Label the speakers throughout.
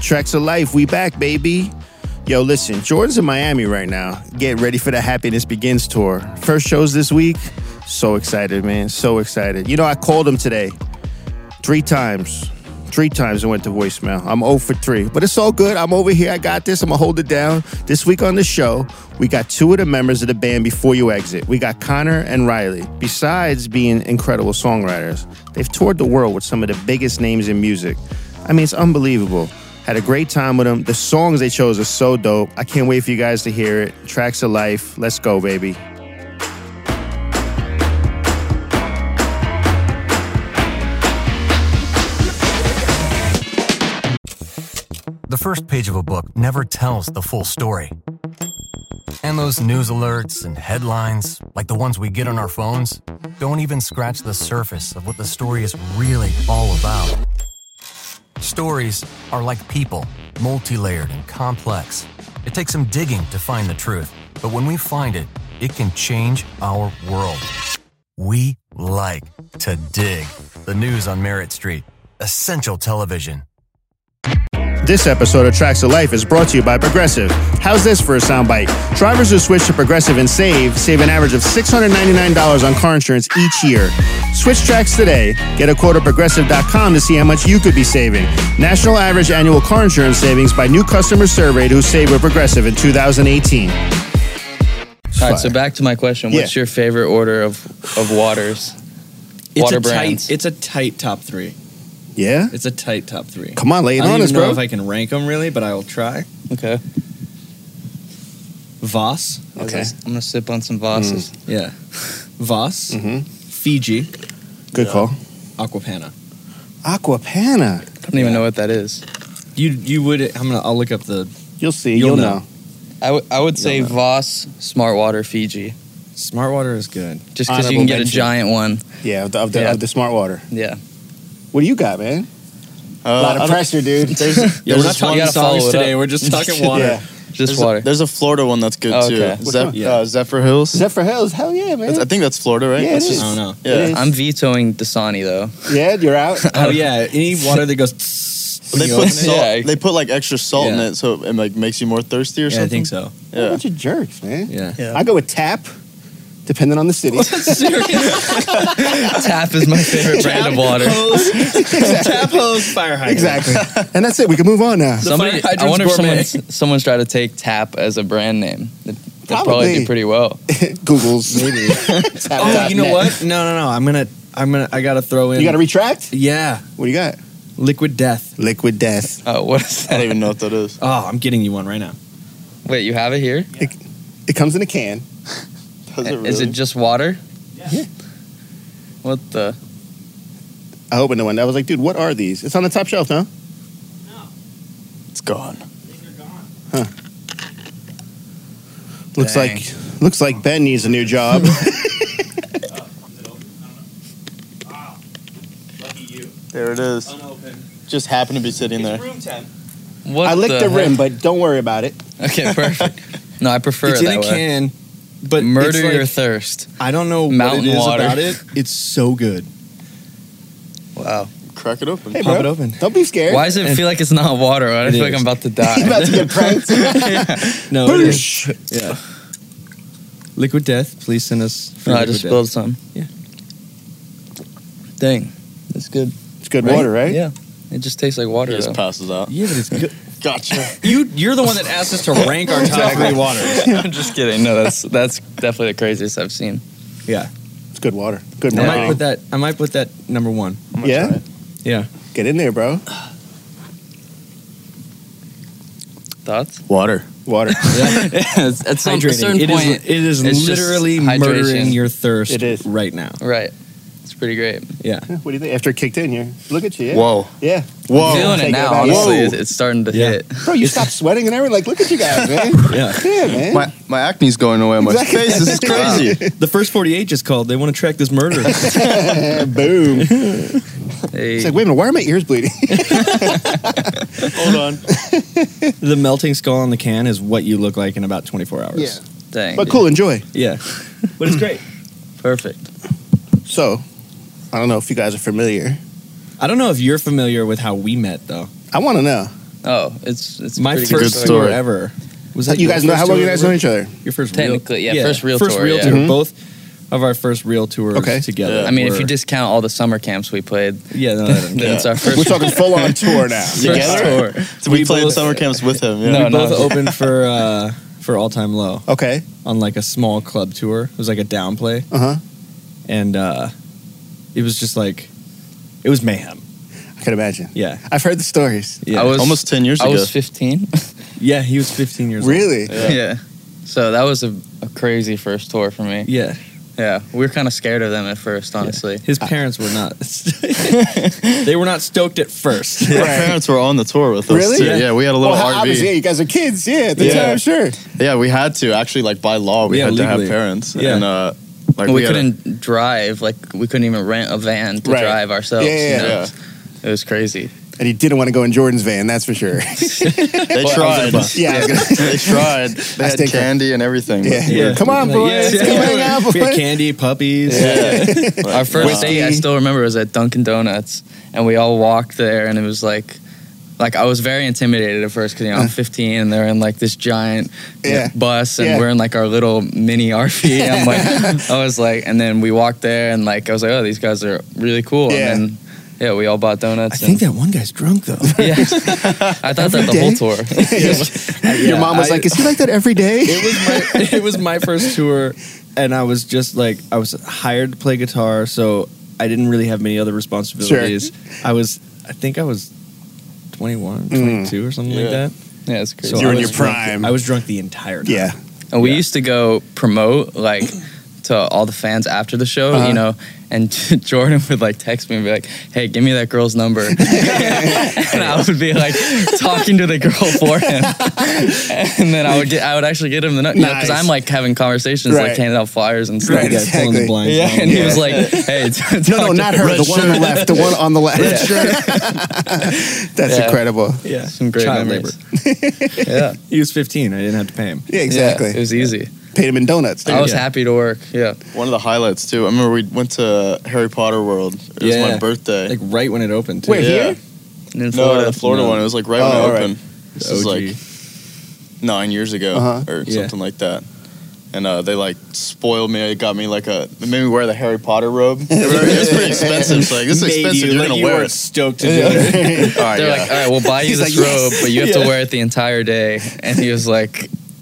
Speaker 1: Tracks of Life, we back, baby. Yo, listen, Jordan's in Miami right now. Get ready for the Happiness Begins tour. First shows this week. So excited, man. So excited. You know, I called him today three times. Three times I went to voicemail. I'm 0 for 3. But it's all good. I'm over here. I got this. I'm going to hold it down. This week on the show, we got two of the members of the band Before You Exit. We got Connor and Riley. Besides being incredible songwriters, they've toured the world with some of the biggest names in music. I mean, it's unbelievable. Had a great time with them. The songs they chose are so dope. I can't wait for you guys to hear it. Tracks of Life. Let's go, baby.
Speaker 2: The first page of a book never tells the full story. And those news alerts and headlines, like the ones we get on our phones, don't even scratch the surface of what the story is really all about. Stories are like people, multi layered and complex. It takes some digging to find the truth, but when we find it, it can change our world. We like to dig. The news on Merritt Street, essential television.
Speaker 1: This episode of Tracks of Life is brought to you by Progressive. How's this for a soundbite? Drivers who switch to Progressive and save save an average of $699 on car insurance each year. Switch tracks today. Get a quote at progressive.com to see how much you could be saving. National average annual car insurance savings by new customers surveyed who saved with Progressive in 2018.
Speaker 3: All right, so back to my question. What's
Speaker 1: Yeah.
Speaker 3: your favorite order of, of waters?
Speaker 4: It's
Speaker 3: Water
Speaker 4: a
Speaker 3: brands.
Speaker 4: tight. It's a tight top three.
Speaker 1: Yeah?
Speaker 4: It's a tight top three.
Speaker 1: Come on, lay
Speaker 4: I
Speaker 1: it
Speaker 4: don't
Speaker 1: on
Speaker 4: even
Speaker 1: us,
Speaker 4: know
Speaker 1: bro.
Speaker 4: if I can rank them really, but I will try.
Speaker 3: Okay.
Speaker 4: Voss.
Speaker 1: Okay.
Speaker 3: I'm gonna sip on some Vosses.
Speaker 4: Yeah. Voss.
Speaker 5: Mm-hmm.
Speaker 1: Mhm.
Speaker 4: Fiji.
Speaker 1: Good call.
Speaker 4: Aquapana.
Speaker 1: Aquapana.
Speaker 3: I don't even know what that is.
Speaker 4: You you would. I'm gonna. I'll look up the
Speaker 1: You'll see.
Speaker 4: You'll
Speaker 1: You'll,
Speaker 4: know.
Speaker 1: know.
Speaker 3: I, w- I would say
Speaker 4: You'll know.
Speaker 3: Voss Smart Water Fiji,
Speaker 4: smart water is good.
Speaker 3: just because you
Speaker 1: Honorable
Speaker 3: can get a
Speaker 1: mention.
Speaker 3: giant one.
Speaker 1: Yeah, of the, of the,
Speaker 3: Yeah.
Speaker 1: Of the smart water.
Speaker 3: Yeah.
Speaker 1: What do you got, man? a
Speaker 4: Uh,
Speaker 1: lot of pressure, dude.
Speaker 5: There's,
Speaker 4: Yeah,
Speaker 5: there's
Speaker 4: we're not
Speaker 5: this one-
Speaker 4: talking
Speaker 3: gotta follow
Speaker 4: songs
Speaker 3: it
Speaker 4: today.
Speaker 3: up.
Speaker 4: We're just talking water.
Speaker 1: Yeah.
Speaker 3: Just
Speaker 5: there's
Speaker 3: water.
Speaker 5: A, there's a Florida one that's good
Speaker 3: Oh,
Speaker 5: too.
Speaker 3: okay.
Speaker 1: Which
Speaker 5: Zep-
Speaker 1: one?
Speaker 4: Yeah.
Speaker 5: uh, Zephyr Hills.
Speaker 1: Zephyr Hills. Hell yeah, man.
Speaker 5: That's- I think that's Florida, right?
Speaker 1: Yeah, it
Speaker 5: That's
Speaker 1: is.
Speaker 4: I don't know.
Speaker 5: Yeah.
Speaker 1: It is.
Speaker 3: I'm vetoing Dasani though.
Speaker 1: yeah, you're out.
Speaker 4: Oh yeah. Any water that goes. tss when
Speaker 5: They
Speaker 4: you
Speaker 5: put
Speaker 4: open it?
Speaker 5: salt.
Speaker 3: Yeah.
Speaker 5: They put like extra salt in
Speaker 4: Yeah.
Speaker 5: it, so it like makes you more thirsty or
Speaker 4: Yeah, I
Speaker 5: something.
Speaker 4: think so.
Speaker 1: What a
Speaker 5: Yeah.
Speaker 1: bunch of jerks, man.
Speaker 4: Yeah.
Speaker 1: I go with tap, depending on the city.
Speaker 3: Tap is my favorite brand of water.
Speaker 4: Hose, tap hose, fire hydrant.
Speaker 1: exactly. and that's it. We can move on now.
Speaker 4: The
Speaker 3: Somebody,
Speaker 4: fire
Speaker 3: I wonder if
Speaker 4: hydrant's
Speaker 3: someone's, someone's tried to take Tap as a brand name. They'd, they'd probably.
Speaker 1: Probably.
Speaker 3: do pretty well.
Speaker 1: Google's. Maybe. tap,
Speaker 4: Oh,
Speaker 1: dot
Speaker 4: you know
Speaker 1: net.
Speaker 4: what? No, no, no. I'm gonna. I'm gonna. I gotta throw in.
Speaker 1: You got to retract?
Speaker 4: Yeah.
Speaker 1: What do you got?
Speaker 4: Liquid death.
Speaker 1: Liquid death.
Speaker 3: Oh, what is
Speaker 5: I
Speaker 3: that?
Speaker 5: don't even know what that is.
Speaker 4: Oh, I'm getting you one right now.
Speaker 3: Wait, you have it here?
Speaker 1: It comes in a can.
Speaker 5: Does it really?
Speaker 3: Is it just water?
Speaker 1: Yeah.
Speaker 3: What the?
Speaker 1: I hope no one. I was like, dude, what are these? It's on the top shelf, no?
Speaker 5: it's gone.
Speaker 1: Looks
Speaker 3: Dang.
Speaker 1: like looks like Ben needs a new job.
Speaker 4: Ah,
Speaker 5: There it is. Just happened to be sitting there.
Speaker 4: Room temp.
Speaker 3: What
Speaker 1: I licked the
Speaker 3: heck?
Speaker 1: rim, but don't worry about it.
Speaker 3: Okay, perfect. No, I prefer
Speaker 4: It's
Speaker 3: it
Speaker 4: in
Speaker 3: that
Speaker 4: a
Speaker 3: way.
Speaker 4: can, but
Speaker 3: Murder
Speaker 4: it's like-
Speaker 3: your thirst.
Speaker 4: I don't know
Speaker 3: Mountain
Speaker 4: what it is
Speaker 3: water.
Speaker 4: about it. It's so good.
Speaker 3: Wow.
Speaker 5: Crack it open.
Speaker 1: Hey, bro.
Speaker 4: Pop it open.
Speaker 1: Don't be scared.
Speaker 3: Why does it feel like it's not water? I
Speaker 4: It
Speaker 3: feel like
Speaker 4: is.
Speaker 3: I'm about to
Speaker 1: you about to
Speaker 3: die.
Speaker 1: get pranked?
Speaker 4: No, it is.
Speaker 1: Boosh.
Speaker 4: Yeah. Liquid death. Please send us. free
Speaker 3: no, I
Speaker 4: liquid
Speaker 3: just
Speaker 4: death.
Speaker 3: spilled some.
Speaker 4: Yeah.
Speaker 3: Dang, that's good.
Speaker 1: It's good water, right?
Speaker 3: Yeah. It just tastes like
Speaker 5: It
Speaker 3: water.
Speaker 5: just
Speaker 3: Though.
Speaker 5: passes out.
Speaker 4: Yeah, but it's good.
Speaker 5: Gotcha.
Speaker 4: you you're the one that asked us to rank our top three waters.
Speaker 3: I'm just kidding. No, that's that's definitely the craziest I've seen.
Speaker 4: Yeah.
Speaker 1: It's good water. Good
Speaker 4: I might
Speaker 1: marketing.
Speaker 4: put that. I might put that number one.
Speaker 1: Yeah?
Speaker 4: Yeah.
Speaker 1: Get in there, bro.
Speaker 3: Thoughts?
Speaker 5: Water.
Speaker 1: Water.
Speaker 4: Yeah.
Speaker 3: Yes, at some a certain
Speaker 4: Hydrating. It
Speaker 3: point,
Speaker 4: is, it is
Speaker 3: it's just
Speaker 4: literally
Speaker 3: hydration.
Speaker 4: murdering your thirst
Speaker 1: It is.
Speaker 4: right now.
Speaker 3: right? It's pretty great.
Speaker 4: Yeah.
Speaker 1: what do you think? After it kicked in, you look at you. Yeah.
Speaker 5: Whoa.
Speaker 1: Yeah.
Speaker 5: Whoa.
Speaker 3: I'm feeling
Speaker 1: Oh, take
Speaker 3: it
Speaker 1: it
Speaker 3: now.
Speaker 1: back.
Speaker 3: Honestly,
Speaker 5: Whoa.
Speaker 3: it's, it's starting to
Speaker 4: Yeah.
Speaker 3: hit.
Speaker 1: Bro, you stopped sweating and everything. Like, look at you guys, man.
Speaker 4: Yeah.
Speaker 1: Yeah, man.
Speaker 5: My my acne's going away on my
Speaker 1: Exactly.
Speaker 5: face. This is crazy.
Speaker 4: The first 48 just called. They want to track this murder.
Speaker 1: Boom. It's
Speaker 3: Hey,
Speaker 1: like, wait a minute, why are my ears bleeding?
Speaker 5: Hold on.
Speaker 4: the melting skull on the can is what you look like in about 24 hours.
Speaker 3: dang,
Speaker 1: But
Speaker 3: dude.
Speaker 1: cool, enjoy.
Speaker 4: Yeah. But it's great.
Speaker 3: perfect.
Speaker 1: So, I don't know if you guys are familiar.
Speaker 4: I don't know if you're familiar with how we met, though.
Speaker 1: I want to know.
Speaker 3: Oh, it's it's
Speaker 4: My
Speaker 3: pretty
Speaker 4: first
Speaker 3: good
Speaker 4: tour
Speaker 3: story.
Speaker 4: ever was
Speaker 1: You
Speaker 4: your
Speaker 1: guys know
Speaker 4: first
Speaker 1: how well
Speaker 4: tour
Speaker 1: you guys
Speaker 4: ever?
Speaker 1: know each other.
Speaker 4: Your first
Speaker 3: Technically,
Speaker 4: real,
Speaker 3: yeah, first real
Speaker 4: first
Speaker 3: tour,
Speaker 4: real
Speaker 3: yeah.
Speaker 4: tour.
Speaker 1: Mhm.
Speaker 4: Both of our first real tours
Speaker 1: Okay.
Speaker 4: together.
Speaker 3: I mean, if
Speaker 4: were-
Speaker 3: you discount all the summer camps we played,
Speaker 4: yeah, no, that
Speaker 3: then
Speaker 4: didn't count.
Speaker 3: it's our
Speaker 1: We're
Speaker 3: first
Speaker 1: talking full on tour now.
Speaker 3: first
Speaker 5: Together?
Speaker 3: tour.
Speaker 5: So we,
Speaker 4: We
Speaker 5: played
Speaker 4: both-
Speaker 5: summer camps with him. Yeah.
Speaker 3: No,
Speaker 4: we both opened for uh, for all time low
Speaker 1: Okay.
Speaker 4: on like a small club tour. It was like a downplay,
Speaker 1: Uh huh.
Speaker 4: and uh, it was just like it was mayhem.
Speaker 1: I can imagine.
Speaker 4: Yeah,
Speaker 1: I've heard the stories.
Speaker 4: yeah,
Speaker 3: I was
Speaker 5: Almost 10 years
Speaker 3: I
Speaker 5: ago.
Speaker 3: was 15.
Speaker 4: yeah. He was 15 years old.
Speaker 1: Really?
Speaker 3: Yeah. So that was a, a crazy first tour for me.
Speaker 4: Yeah,
Speaker 3: Yeah. We were kind of scared of them at first, honestly.
Speaker 4: his parents were not. they were not stoked at first.
Speaker 5: Our
Speaker 1: Right.
Speaker 5: parents were on the tour with us.
Speaker 1: Really?
Speaker 5: too.
Speaker 1: Yeah.
Speaker 5: Yeah. we had a little
Speaker 1: Well, how- Oh, obviously, yeah,
Speaker 5: RV.
Speaker 1: you guys are kids. Yeah, at the
Speaker 5: Yeah.
Speaker 1: time, sure.
Speaker 5: Yeah, we had to actually like by law we
Speaker 4: Yeah,
Speaker 5: had to
Speaker 4: legally.
Speaker 5: have parents.
Speaker 4: Yeah.
Speaker 5: And uh,
Speaker 3: we,
Speaker 5: like had a-
Speaker 3: couldn't drive. Like, we couldn't even rent a van to
Speaker 1: Right.
Speaker 3: drive ourselves.
Speaker 1: Yeah, yeah,
Speaker 3: you know?
Speaker 5: yeah.
Speaker 3: It was crazy.
Speaker 1: And he didn't want to go in Jordan's van, that's for sure.
Speaker 5: They
Speaker 3: Well, I was
Speaker 5: tried.
Speaker 3: in a
Speaker 1: yeah, I was gonna-
Speaker 5: they tried. They
Speaker 1: I
Speaker 5: had
Speaker 1: stink up.
Speaker 5: candy and everything.
Speaker 1: yeah.
Speaker 4: Yeah.
Speaker 1: Come on, boys.
Speaker 4: Yeah.
Speaker 1: Come hang out,
Speaker 4: We had
Speaker 1: boys.
Speaker 4: candy, puppies.
Speaker 3: Our first
Speaker 1: Whiskey.
Speaker 3: date, I still remember, was at Dunkin' Donuts, and we all walked there, and it was like, like I was very intimidated at first because you know I'm 15, and they're in like this giant you know,
Speaker 1: Uh. Yeah.
Speaker 3: bus, and
Speaker 1: Yeah.
Speaker 3: we're in like our little mini RV. And I'm like, I was like, and then we walked there, and like I was like, oh, these guys are really cool.
Speaker 1: Yeah.
Speaker 3: And then, yeah, we all bought donuts.
Speaker 4: I think
Speaker 3: and,
Speaker 4: that one guy's drunk though.
Speaker 3: yeah, I thought that the
Speaker 1: Every
Speaker 3: whole
Speaker 1: day?
Speaker 3: tour.
Speaker 1: Your mom was
Speaker 4: I-
Speaker 1: like, Is he like that every day?
Speaker 4: it was my it was my first tour and I was just like I was hired to play guitar so I didn't really have many other responsibilities. I was I think I was 21, 22 or something like
Speaker 5: Yeah.
Speaker 4: that.
Speaker 3: Yeah, it's crazy.
Speaker 1: Mm. You were
Speaker 4: I
Speaker 1: in
Speaker 4: was
Speaker 1: your
Speaker 4: drunk-
Speaker 1: prime.
Speaker 4: I was drunk the entire time.
Speaker 1: Yeah.
Speaker 3: And we
Speaker 4: Yeah.
Speaker 3: used to go promote like to all the fans after the show,
Speaker 1: Uh-huh.
Speaker 3: you know. And Jordan would like text me and be like, "Hey, give me that girl's number," and I would be like talking to the girl for him, and then I would get I would actually get him the number because
Speaker 1: Nice.
Speaker 3: I'm like having conversations,
Speaker 1: Right.
Speaker 3: like handing out flyers and stuff.
Speaker 1: Right,
Speaker 4: Yeah, pulling
Speaker 1: exactly.
Speaker 4: the blinds
Speaker 3: Yeah,
Speaker 4: down.
Speaker 3: and he was like, "Hey,
Speaker 1: No, no, not her. The one on the left. The one on the left. That's
Speaker 3: Yeah.
Speaker 1: incredible.
Speaker 4: yeah.
Speaker 3: Some great
Speaker 4: Child
Speaker 3: memories.
Speaker 4: labor.
Speaker 3: yeah,
Speaker 4: He was 15. I didn't have to pay him.
Speaker 1: Yeah,
Speaker 3: Yeah, it
Speaker 1: exactly.
Speaker 3: was Oh, easy.
Speaker 1: Paid him in donuts.
Speaker 3: I was
Speaker 4: Yeah.
Speaker 3: happy to work. Yeah,
Speaker 5: One of the highlights too. I remember we went to Harry Potter World. It was
Speaker 4: Yeah.
Speaker 5: my birthday.
Speaker 4: Like right when it opened too.
Speaker 1: Wait,
Speaker 5: yeah.
Speaker 1: here?
Speaker 3: and in
Speaker 5: No,
Speaker 3: Florida,
Speaker 5: the Florida one. It was like right
Speaker 1: Oh, all
Speaker 5: when it
Speaker 1: right.
Speaker 5: opened. This is
Speaker 4: OG.
Speaker 5: like nine years ago
Speaker 1: Uh-huh.
Speaker 5: or
Speaker 4: Yeah.
Speaker 5: something like that. And uh, they like spoiled me. They got me like a they made me wear the Harry Potter robe. it was pretty expensive. So like this is
Speaker 4: Made
Speaker 5: expensive.
Speaker 4: You,
Speaker 5: You, are
Speaker 4: like,
Speaker 5: gonna
Speaker 4: you
Speaker 5: wear
Speaker 4: were
Speaker 5: it.
Speaker 4: stoked to do it.
Speaker 5: All right,
Speaker 3: They're
Speaker 5: yeah.
Speaker 3: like, all right, we'll buy you
Speaker 1: He's
Speaker 3: this
Speaker 1: like,
Speaker 3: robe,
Speaker 1: "Yes."
Speaker 3: but you have
Speaker 4: Yeah.
Speaker 3: to wear it the entire day. And he was like,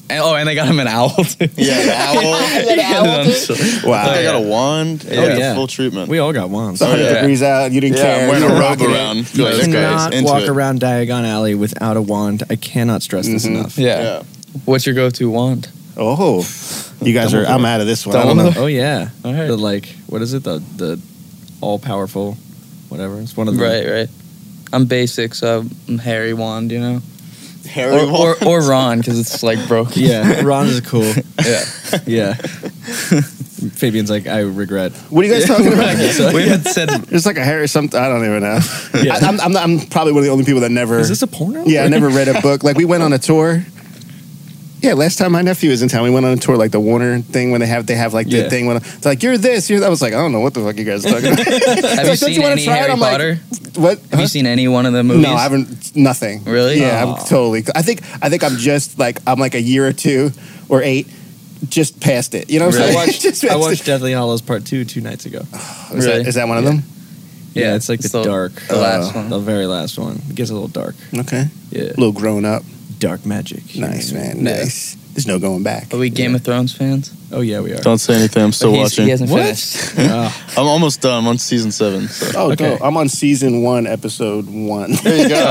Speaker 3: and, oh, and they got him an owl. Too.
Speaker 5: yeah, the owl.
Speaker 3: And I'm so-
Speaker 1: Wow.
Speaker 5: I
Speaker 1: It's
Speaker 5: got a wand. Yeah,
Speaker 4: Oh, yeah.
Speaker 5: the full treatment.
Speaker 4: We all got wands.
Speaker 1: 100
Speaker 3: yeah.
Speaker 1: degrees out. You didn't
Speaker 5: yeah,
Speaker 1: care.
Speaker 5: I'm wearing
Speaker 1: You
Speaker 5: a
Speaker 1: were
Speaker 5: robe
Speaker 1: rocking it.
Speaker 5: around.
Speaker 4: You
Speaker 5: Like, this guy
Speaker 4: cannot
Speaker 5: is into
Speaker 4: walk
Speaker 5: it.
Speaker 4: around Diagon Alley without a wand. I cannot stress this
Speaker 1: Mm-hmm.
Speaker 4: enough.
Speaker 3: yeah.
Speaker 5: Yeah.
Speaker 3: What's your go-to wand?
Speaker 1: Oh, you guys are. I'm out of this one. I don't
Speaker 3: Dumbledore.
Speaker 1: know.
Speaker 4: Oh yeah.
Speaker 3: All right.
Speaker 4: The like what is it? The the all powerful whatever. It's
Speaker 1: Mm-hmm.
Speaker 4: one of the
Speaker 3: Right, right. I'm basic, so I'm Harry wand, you know,
Speaker 5: Harry
Speaker 3: or
Speaker 5: Potter.
Speaker 3: or, or Ron because it's like broken.
Speaker 4: Yeah. Ron is cool.
Speaker 3: yeah.
Speaker 4: Yeah. Fabian's like, I regret.
Speaker 1: What are you guys talking about?
Speaker 3: we had said
Speaker 1: It's like a Harry something. I don't even know.
Speaker 4: Yeah.
Speaker 1: I, I'm, I'm, not- I'm probably one of the only people that never.
Speaker 4: Is this a porno?
Speaker 1: yeah, I never read a book. Like we went on a tour. Yeah, last time my nephew was in town, we went on a tour like the Warner thing when they have they have like the
Speaker 4: Yeah.
Speaker 1: thing when it's like you're this, you're that. I was like, I don't know what the fuck you guys are talking about.
Speaker 3: have
Speaker 1: you
Speaker 3: you
Speaker 1: seen
Speaker 3: seen
Speaker 1: wanna
Speaker 3: any
Speaker 1: try it?
Speaker 3: Harry
Speaker 1: I'm like,
Speaker 3: Potter?
Speaker 1: what?
Speaker 3: have
Speaker 1: Huh?
Speaker 3: you seen any one of the movies?
Speaker 1: No, I haven't. Nothing.
Speaker 3: Really?
Speaker 1: Yeah,
Speaker 3: Aw.
Speaker 1: I'm totally. I think I think I'm just like I'm like a year or two or eight, just past it. You know what I'm
Speaker 4: I
Speaker 3: Really?
Speaker 1: saying?
Speaker 4: watched,
Speaker 1: Just
Speaker 4: I
Speaker 1: past
Speaker 4: watched Deathly Hollows Part Two two nights ago.
Speaker 1: It. Is, that,
Speaker 3: Really?
Speaker 1: is that one of them?
Speaker 4: Yeah, it's like the
Speaker 3: the-
Speaker 4: dark, uh,
Speaker 3: the last one.
Speaker 4: the very last one. It gets a little dark.
Speaker 1: Okay,
Speaker 4: Yeah,
Speaker 1: a little grown up.
Speaker 4: dark magic.
Speaker 1: Nice man.
Speaker 4: Yeah.
Speaker 1: Nice. There's no going back.
Speaker 3: Are we Game of Thrones fans?
Speaker 4: Oh yeah, we are.
Speaker 5: Don't say anything. I'm still
Speaker 3: But he's-
Speaker 5: watching.
Speaker 3: He hasn't
Speaker 4: What?
Speaker 3: finished.
Speaker 4: Oh,
Speaker 5: I'm almost done. I'm on season seven. So.
Speaker 1: Oh,
Speaker 4: Okay.
Speaker 1: dope. I'm on season one, episode one.
Speaker 5: There you go.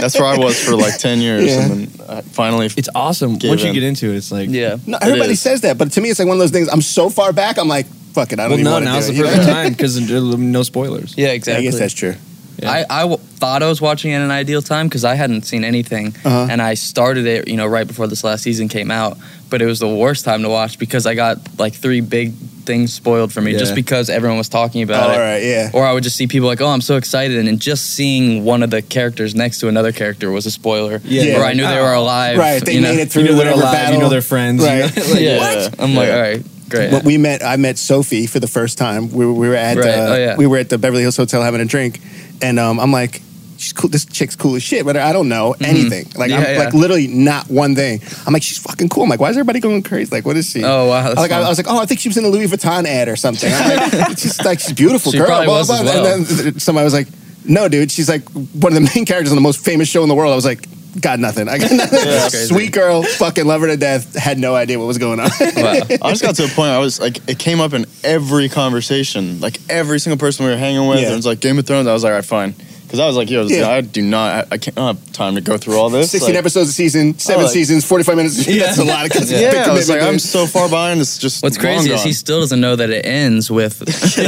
Speaker 5: That's where I was for like ten years,
Speaker 1: Yeah.
Speaker 5: and then I finally
Speaker 4: it's awesome.
Speaker 5: Give
Speaker 4: Once you
Speaker 5: in.
Speaker 4: get into it, it's like
Speaker 3: Yeah.
Speaker 1: no, everybody
Speaker 5: is.
Speaker 1: says that, but to me, it's like one of those things. I'm so far back, I'm like, fuck it, I don't even
Speaker 4: Well, no,
Speaker 1: want to
Speaker 4: now's
Speaker 1: do it. you
Speaker 4: the
Speaker 1: know?
Speaker 4: perfect time because no spoilers.
Speaker 3: Yeah,
Speaker 1: I
Speaker 3: exactly.
Speaker 1: guess that's true.
Speaker 4: Yeah.
Speaker 3: I I, I w- thought I was watching it in an ideal time because I hadn't seen anything,
Speaker 1: Uh-huh.
Speaker 3: and I started it, you know, right before this last season came out. But it was the worst time to watch because I got like three big things spoiled for me
Speaker 4: Yeah.
Speaker 3: just because everyone was talking
Speaker 1: Oh,
Speaker 3: about
Speaker 1: all
Speaker 3: it.
Speaker 1: right, yeah.
Speaker 3: Or I would just see people like, "Oh, I'm so excited!" and then just seeing one of the characters next to another character was a spoiler.
Speaker 4: Yeah.
Speaker 3: Or I knew they
Speaker 4: Yeah.
Speaker 3: were
Speaker 5: Oh.
Speaker 3: alive.
Speaker 1: Right, they
Speaker 3: you know?
Speaker 1: made it through
Speaker 4: you know they're
Speaker 1: whatever
Speaker 4: alive.
Speaker 1: battle.
Speaker 4: You know they're friends. you
Speaker 1: Right.
Speaker 4: know, like,
Speaker 3: yeah.
Speaker 5: What?
Speaker 3: I'm like,
Speaker 5: Yeah.
Speaker 3: all right, great.
Speaker 1: But we met. I met Sophie for the first time. We, were- we were at
Speaker 3: Right,
Speaker 1: uh,
Speaker 3: oh, yeah.
Speaker 1: we were at the Beverly Hills Hotel having a drink, and um, I'm like, she's cool. This chick's cool as shit, but I don't know anything. Like I'm
Speaker 3: Mm-hmm. Yeah, yeah.
Speaker 1: like literally not one thing. I'm like, she's fucking cool. I'm like, why is everybody going crazy? Like, what is she?
Speaker 3: Oh, wow, that's
Speaker 1: Like I,
Speaker 3: fun.
Speaker 1: I was like, oh, I think she was in a Louis Vuitton ad or something. I'm like, it's just like she's a beautiful
Speaker 3: She
Speaker 1: girl.
Speaker 3: probably
Speaker 1: blah,
Speaker 3: was
Speaker 1: blah,
Speaker 3: as
Speaker 1: blah. And then somebody was like, no, dude, she's like one of the main characters on the most famous show in the world. I was like. Got nothing. I got nothing.
Speaker 3: That's crazy.
Speaker 1: Sweet girl, fucking love her to death. Had no idea what was going on.
Speaker 3: Wow.
Speaker 5: I just got to a point. I was like, it came up in every conversation, like every single person we were hanging with.
Speaker 1: Yeah.
Speaker 5: And it was like Game of Thrones. I was like, all right, fine, because I was like, yo, this-
Speaker 1: Yeah.
Speaker 5: I do not, I, I can't I don't have time to go through all this.
Speaker 1: Sixteen
Speaker 5: like,
Speaker 1: episodes a season, seven
Speaker 5: like-
Speaker 1: seasons, forty-five minutes.
Speaker 3: Yeah.
Speaker 1: That's a lot of
Speaker 5: Yeah,
Speaker 1: big
Speaker 5: I was
Speaker 1: commitment,
Speaker 5: like, I'm
Speaker 1: dude.
Speaker 5: so far behind. It's just
Speaker 3: What's
Speaker 5: long
Speaker 3: crazy is
Speaker 5: gone.
Speaker 3: he still doesn't know that it ends with.
Speaker 1: right.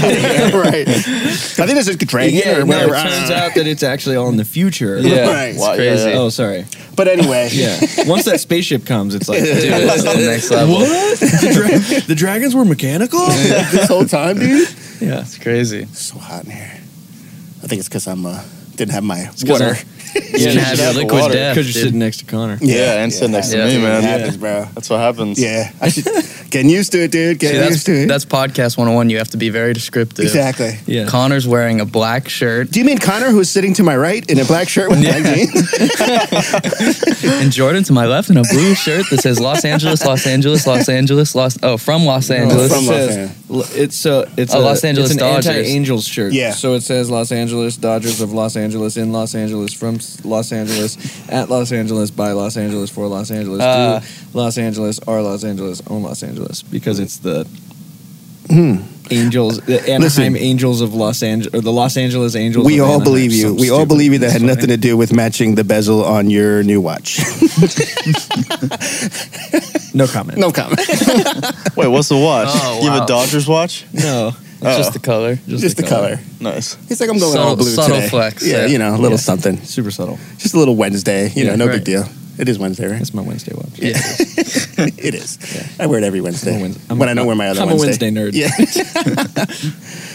Speaker 1: I think there's a dragon
Speaker 4: Yeah,
Speaker 1: or
Speaker 4: no,
Speaker 1: whatever.
Speaker 4: it Uh,
Speaker 1: I don't
Speaker 4: turns
Speaker 1: know.
Speaker 4: out that it's actually all in the future.
Speaker 3: Yeah,
Speaker 1: Right.
Speaker 3: it's
Speaker 5: Wow, yeah,
Speaker 3: crazy.
Speaker 5: yeah.
Speaker 4: Oh, sorry.
Speaker 1: But anyway,
Speaker 4: Yeah. Once that spaceship comes, it's like
Speaker 3: Dude, it's the next level.
Speaker 4: the, dra- the dragons were mechanical.
Speaker 1: this whole time, dude,
Speaker 3: Yeah, it's crazy.
Speaker 1: it's so hot in here. I think it's because I'm uh, didn't have my
Speaker 4: 'cause
Speaker 1: water.
Speaker 3: You didn't have your
Speaker 5: have the
Speaker 3: liquid
Speaker 5: water,
Speaker 3: death.
Speaker 4: Because you're
Speaker 3: dude.
Speaker 4: sitting next to Connor.
Speaker 5: Yeah, and sitting next to
Speaker 3: Yeah.
Speaker 5: me,
Speaker 1: It
Speaker 5: man.
Speaker 1: happens, bro.
Speaker 5: That's what happens.
Speaker 1: Yeah, I should getting used to it, dude.
Speaker 3: See,
Speaker 1: Getting
Speaker 3: that's,
Speaker 1: used to it.
Speaker 3: that's podcast 101. You have to be very descriptive.
Speaker 1: exactly.
Speaker 4: Yeah.
Speaker 3: Connor's wearing a black shirt
Speaker 1: Do you mean Connor, who's sitting to my right in a black shirt with black jeans?
Speaker 3: and Jordan to my left in a blue shirt that says Los Angeles, Los Angeles, Los Angeles, Los. Oh, from Los
Speaker 1: Angeles.
Speaker 4: it
Speaker 1: From Los
Speaker 4: says- l- It's a it's
Speaker 3: Oh, Los Angeles
Speaker 4: it's an
Speaker 3: Dodgers.
Speaker 4: anti-Angels shirt.
Speaker 1: Yeah.
Speaker 4: So it says Los Angeles Dodgers of Los Angeles in Los Angeles from S- Los Angeles at Los Angeles by Los Angeles for Los Angeles
Speaker 3: Uh.
Speaker 4: to Los Angeles are Los Angeles on Los Angeles because it's the Angels the Anaheim
Speaker 1: Hmm. Listen.
Speaker 4: Angels of Los Angeles or the Los Angeles Angels.
Speaker 1: We
Speaker 4: of
Speaker 1: all
Speaker 4: Anaheim.
Speaker 1: believe you.
Speaker 4: Some
Speaker 1: We all
Speaker 4: stupid-
Speaker 1: believe you. That had
Speaker 4: Sorry.
Speaker 1: nothing to do with matching the bezel on your new watch.
Speaker 4: No comment.
Speaker 1: no comment.
Speaker 5: Wait, what's the watch?
Speaker 3: Oh,
Speaker 5: You have
Speaker 3: wow.
Speaker 5: a Dodgers watch?
Speaker 4: No.
Speaker 3: It's
Speaker 1: oh.
Speaker 3: just the color.
Speaker 1: Just the color.
Speaker 5: Nice.
Speaker 1: He's like, I'm going
Speaker 3: Subtle-
Speaker 1: all blue
Speaker 3: subtle
Speaker 1: today.
Speaker 3: flex,
Speaker 1: Yeah,
Speaker 3: yeah.
Speaker 1: you know, a little
Speaker 4: Yeah.
Speaker 1: something.
Speaker 4: Super subtle.
Speaker 1: Just a little Wednesday. You know,
Speaker 3: Yeah,
Speaker 1: no big
Speaker 3: right.
Speaker 1: deal. It is Wednesday, right?
Speaker 4: That's my Wednesday watch.
Speaker 3: Yeah.
Speaker 1: it is. I wear it every Wednesday.
Speaker 4: I'm a Wednesday- I'm
Speaker 1: when
Speaker 4: a-
Speaker 1: I don't wear my other
Speaker 4: I'm a
Speaker 1: Wednesday.
Speaker 4: Wednesday nerd.
Speaker 1: Yeah.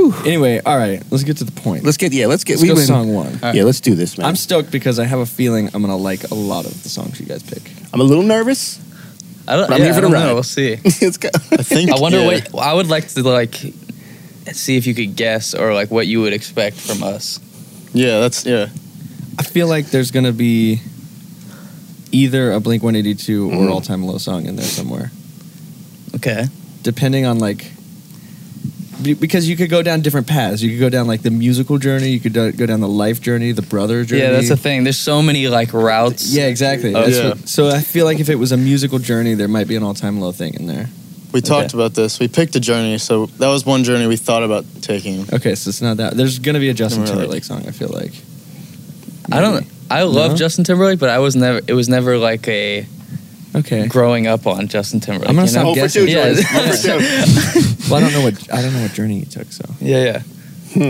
Speaker 4: Anyway, all right. Let's get to the point.
Speaker 1: let's get yeah, let's get
Speaker 4: Let's
Speaker 1: we
Speaker 4: go
Speaker 1: went-
Speaker 4: song one.
Speaker 1: Yeah, let's do this, man.
Speaker 4: I'm
Speaker 1: I'm,
Speaker 4: stoked because I have a feeling I'm gonna like a lot of the songs you guys pick.
Speaker 1: a little nervous.
Speaker 3: I don't,
Speaker 1: But I'm
Speaker 3: yeah,
Speaker 1: here for the
Speaker 3: I don't
Speaker 1: ride.
Speaker 3: know. We'll see.
Speaker 1: let's go.
Speaker 5: I think.
Speaker 3: I wonder
Speaker 5: yeah.
Speaker 3: what I would like to like see if you could guess or like what you would expect from us.
Speaker 5: Yeah, that's yeah.
Speaker 4: I feel like there's gonna be either a Blink 182
Speaker 3: Mm-hmm.
Speaker 4: or All Time Low song in there somewhere,
Speaker 3: Okay.
Speaker 4: depending on like. be- Because you could go down different paths. You could go down like the musical journey. You could do- go down the life journey, the brother journey.
Speaker 3: Yeah, that's the thing. There's so many like routes.
Speaker 4: Yeah, exactly.
Speaker 5: Oh,
Speaker 4: That's
Speaker 5: yeah.
Speaker 4: what- so I feel like if it was a musical journey, there might be an all time low thing in there.
Speaker 5: We talked about this. We picked a journey, so that was one journey we thought about taking.
Speaker 4: Okay, so it's not that. There's gonna be a Justin
Speaker 5: Really?
Speaker 4: Timberlake song. I feel like.
Speaker 3: I don't. I love
Speaker 4: No?
Speaker 3: Justin Timberlake, but I was never. It was never like a
Speaker 4: Okay.
Speaker 3: growing up on Justin Timberlake.
Speaker 4: I'm gonna
Speaker 3: you
Speaker 4: sound
Speaker 3: know?
Speaker 1: Oh, for two, Jordan.
Speaker 4: guessing.
Speaker 3: Yeah.
Speaker 1: Oh, for two.
Speaker 4: Well, I don't know what I don't know what journey you took. So
Speaker 3: Yeah, yeah.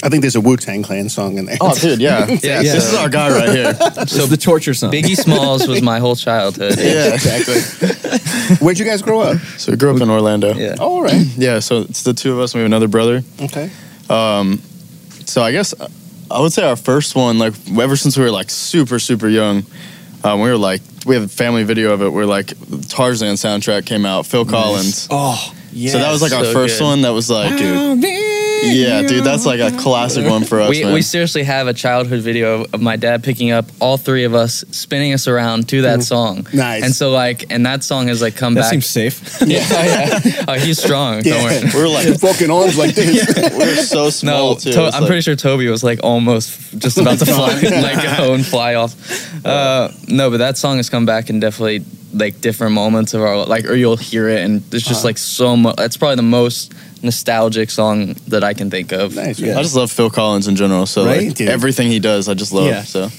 Speaker 1: I think there's a Wu Tang Clan song in there.
Speaker 5: Oh, dude, yeah.
Speaker 3: Yeah.
Speaker 5: This is our guy right here.
Speaker 4: so the torture song.
Speaker 3: Biggie Smalls was my whole childhood.
Speaker 5: Yeah.
Speaker 1: exactly. Where'd you guys grow up?
Speaker 5: So we grew up in Orlando.
Speaker 3: Yeah.
Speaker 1: Oh, all right.
Speaker 5: Yeah, so it's the two of us. and We have another brother.
Speaker 1: Okay.
Speaker 5: Um, so I guess uh, I would say our first one, like ever since we were like super super young, um, we were like we have a family video of it. We're like Tarzan soundtrack came out, Phil Collins.
Speaker 4: Oh yeah.
Speaker 5: so that was like our
Speaker 3: so
Speaker 5: first
Speaker 3: good.
Speaker 5: one. That was like, yeah, dude, that's like a classic one for us.
Speaker 3: We,
Speaker 5: man.
Speaker 3: we seriously have a childhood video of my dad picking up all three of us, spinning us around to that song.
Speaker 1: Nice.
Speaker 3: And so like, and that song has like come
Speaker 4: That
Speaker 3: back.
Speaker 4: seems safe.
Speaker 3: yeah. oh, yeah. Oh, he's strong. Don't worry.
Speaker 1: Yeah.
Speaker 5: we were like
Speaker 1: Your fucking arms like this.
Speaker 5: we were so small
Speaker 3: No,
Speaker 5: too.
Speaker 3: To-
Speaker 5: It's
Speaker 3: I'm
Speaker 5: like-
Speaker 3: pretty sure Toby was like almost just about to fly, let go and fly off. Uh, no, but that song has come back in definitely like different moments of our like, or you'll hear it, and there's just like so much. That's probably the most nostalgic song that I can think of.
Speaker 1: Nice.
Speaker 4: Yeah.
Speaker 5: I just love Phil Collins in general. So
Speaker 1: Right,
Speaker 5: like
Speaker 1: dude.
Speaker 5: everything he does, I just love.
Speaker 4: Yeah.
Speaker 5: So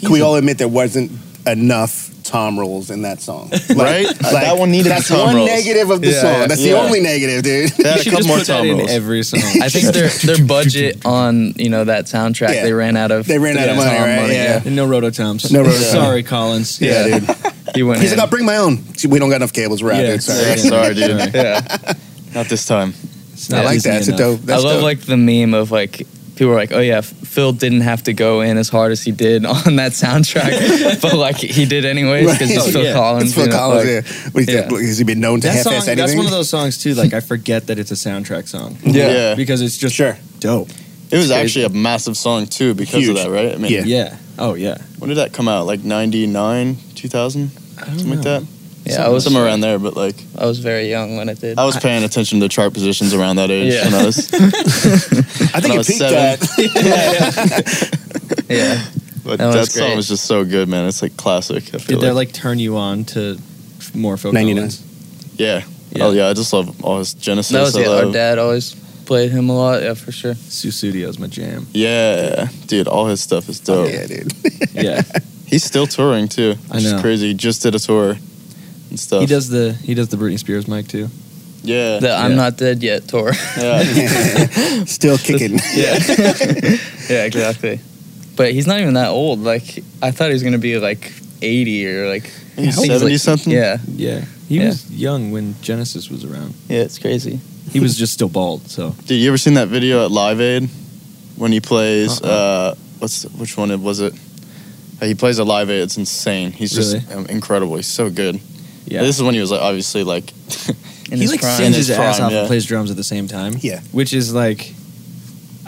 Speaker 1: Can we all admit there wasn't enough Tom rolls in that song? Like-
Speaker 5: Right? That one needed
Speaker 1: That's
Speaker 5: the Tom
Speaker 1: one
Speaker 5: rolls.
Speaker 1: negative of the
Speaker 3: Yeah,
Speaker 1: song. That's
Speaker 5: yeah.
Speaker 1: the only negative, dude.
Speaker 5: They had a couple more Tom
Speaker 4: in
Speaker 5: rolls.
Speaker 4: every song.
Speaker 3: I think their their budget on you know that soundtrack
Speaker 1: Yeah.
Speaker 3: they ran out of
Speaker 1: They ran out of
Speaker 3: Tom
Speaker 1: money, right? Yeah.
Speaker 4: And no rototoms.
Speaker 1: No rototoms.
Speaker 4: Sorry, Collins.
Speaker 1: Yeah, dude.
Speaker 3: he went
Speaker 1: He's
Speaker 3: in.
Speaker 1: like, I'll bring my own. See, we don't got enough cables. We're out,
Speaker 4: Yeah.
Speaker 1: dude. Sorry.
Speaker 5: Yeah, sorry, dude.
Speaker 3: yeah.
Speaker 5: Not this time.
Speaker 4: It's
Speaker 1: I
Speaker 4: not
Speaker 1: like
Speaker 4: Disney
Speaker 1: that. It's a
Speaker 4: enough.
Speaker 1: dope. That's
Speaker 3: I love
Speaker 1: dope.
Speaker 3: like the meme of like people are like, oh yeah, Phil didn't have to go in as hard as he did on that soundtrack, but like he did anyways because
Speaker 1: Right. Oh,
Speaker 3: it's Phil
Speaker 4: Yeah.
Speaker 3: Collins.
Speaker 1: It's Phil
Speaker 3: you know,
Speaker 1: Collins.
Speaker 3: like-
Speaker 1: yeah. What do you think?
Speaker 3: yeah.
Speaker 1: Has he been known to
Speaker 4: That
Speaker 1: half-ass
Speaker 4: song.
Speaker 1: anything?
Speaker 4: That's one of those songs too. Like I forget that it's a soundtrack song
Speaker 5: Yeah.
Speaker 4: because it's just
Speaker 1: Sure.
Speaker 4: dope.
Speaker 5: It was
Speaker 4: It's
Speaker 5: actually a massive song too because
Speaker 1: Huge.
Speaker 5: of that, right? I mean,
Speaker 1: Yeah.
Speaker 4: Yeah. Oh yeah.
Speaker 5: when did that come out? Like 99, 2000? Something like that?
Speaker 3: Yeah,
Speaker 5: somewhere,
Speaker 3: I was
Speaker 5: somewhere around there, but like
Speaker 3: I was very young when it did.
Speaker 5: I was paying attention to chart positions around that age
Speaker 3: Yeah.
Speaker 5: when I was
Speaker 1: I
Speaker 5: When
Speaker 1: think
Speaker 5: I
Speaker 1: it
Speaker 5: was
Speaker 1: peaked
Speaker 5: seven.
Speaker 1: at.
Speaker 3: yeah.
Speaker 5: But
Speaker 3: That
Speaker 5: that,
Speaker 3: was
Speaker 5: song
Speaker 3: great.
Speaker 5: was just so good, man. It's like classic. I feel
Speaker 4: Did that like turn you on to more folk
Speaker 1: 99.
Speaker 4: elements?
Speaker 5: yeah.
Speaker 4: Yeah.
Speaker 5: Oh yeah, I just love all his Genesis.
Speaker 3: That was
Speaker 5: I
Speaker 3: yeah. Our
Speaker 5: love-
Speaker 3: dad always played him a lot. Yeah, for sure.
Speaker 4: Sue Studio's my jam.
Speaker 5: Yeah, dude, all his stuff is dope.
Speaker 1: Yeah, dude.
Speaker 4: Yeah.
Speaker 5: He's still touring too. Which
Speaker 4: I
Speaker 5: Is
Speaker 4: know.
Speaker 5: crazy. He just did a tour and stuff.
Speaker 4: he does the he does the Britney Spears mic too.
Speaker 5: Yeah.
Speaker 3: The I'm
Speaker 4: Yeah.
Speaker 3: not dead yet tour.
Speaker 5: yeah.
Speaker 1: Still kicking.
Speaker 3: yeah. yeah. Exactly. But he's not even that old. Like I thought he was gonna be like 80 or like I think he's,
Speaker 5: He's seventy
Speaker 3: like-
Speaker 5: something.
Speaker 3: Yeah.
Speaker 4: Yeah. He
Speaker 3: Yeah.
Speaker 4: was young when Genesis was around.
Speaker 3: Yeah. It's crazy.
Speaker 4: He was just still bald, so
Speaker 5: Dude, you ever seen that video at Live Aid when he plays
Speaker 3: Uh-uh.
Speaker 5: uh what's which one was it? Uh, He plays at Live Aid. It's insane. He's just
Speaker 4: Really?
Speaker 5: um, incredible. He's so good.
Speaker 4: yeah.
Speaker 5: This is when he was like obviously like
Speaker 3: In
Speaker 4: he
Speaker 3: his
Speaker 4: like
Speaker 3: prime.
Speaker 4: sings
Speaker 5: In his
Speaker 4: his ass
Speaker 5: prime,
Speaker 4: off
Speaker 5: yeah.
Speaker 4: and plays drums at the same time.
Speaker 1: Yeah.
Speaker 4: Which is like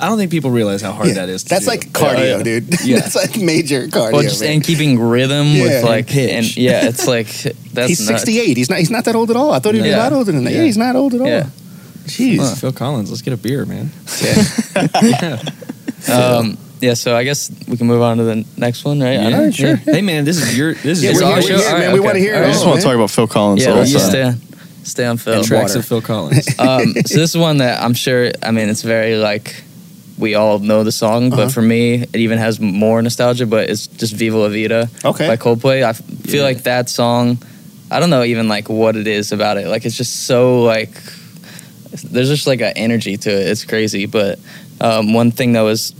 Speaker 4: I don't think people realize how hard
Speaker 1: Yeah.
Speaker 4: that is. To
Speaker 1: That's
Speaker 4: do.
Speaker 1: like cardio,
Speaker 3: yeah.
Speaker 1: dude.
Speaker 4: Yeah.
Speaker 1: That's like major cardio.
Speaker 3: Well, just
Speaker 1: man.
Speaker 3: and keeping rhythm
Speaker 1: Yeah.
Speaker 3: with like
Speaker 4: Pitch.
Speaker 3: and yeah, it's like that's
Speaker 1: he's
Speaker 3: nuts.
Speaker 1: 68. He's not. He's not that old at all. I thought he was
Speaker 3: Yeah.
Speaker 1: a lot older than that. Yeah,
Speaker 4: Yeah.
Speaker 1: he's not old at all.
Speaker 3: Yeah.
Speaker 1: Jeez.
Speaker 3: Huh.
Speaker 4: Phil Collins, let's get a beer, man.
Speaker 3: Um, yeah, so I guess we can move on to the next one, right? I don't-
Speaker 4: sure. Hey man, this is your this is
Speaker 1: Yeah,
Speaker 3: It's
Speaker 1: we're
Speaker 4: your
Speaker 3: our
Speaker 1: here,
Speaker 3: show?
Speaker 1: we're here,
Speaker 3: All right,
Speaker 1: man. We
Speaker 3: okay.
Speaker 1: want to hear. it
Speaker 3: All
Speaker 5: I
Speaker 3: right.
Speaker 1: all,
Speaker 5: just want
Speaker 1: man.
Speaker 5: to talk about Phil Collins
Speaker 3: Oh, Yeah,
Speaker 5: all
Speaker 3: you
Speaker 5: the time.
Speaker 3: stay on, stay on Phil.
Speaker 4: and tracks of Phil Collins.
Speaker 3: Um, so this is one that I'm sure. I mean, it's very like we all know the song, but
Speaker 1: Uh-huh.
Speaker 3: for me, it even has more nostalgia. But it's just "Viva La Vida"
Speaker 1: Okay.
Speaker 3: by Coldplay. I f- feel like that song. I don't know even like what it is about it. Like it's just so like there's just like an energy to it. It's crazy. But um, one thing that was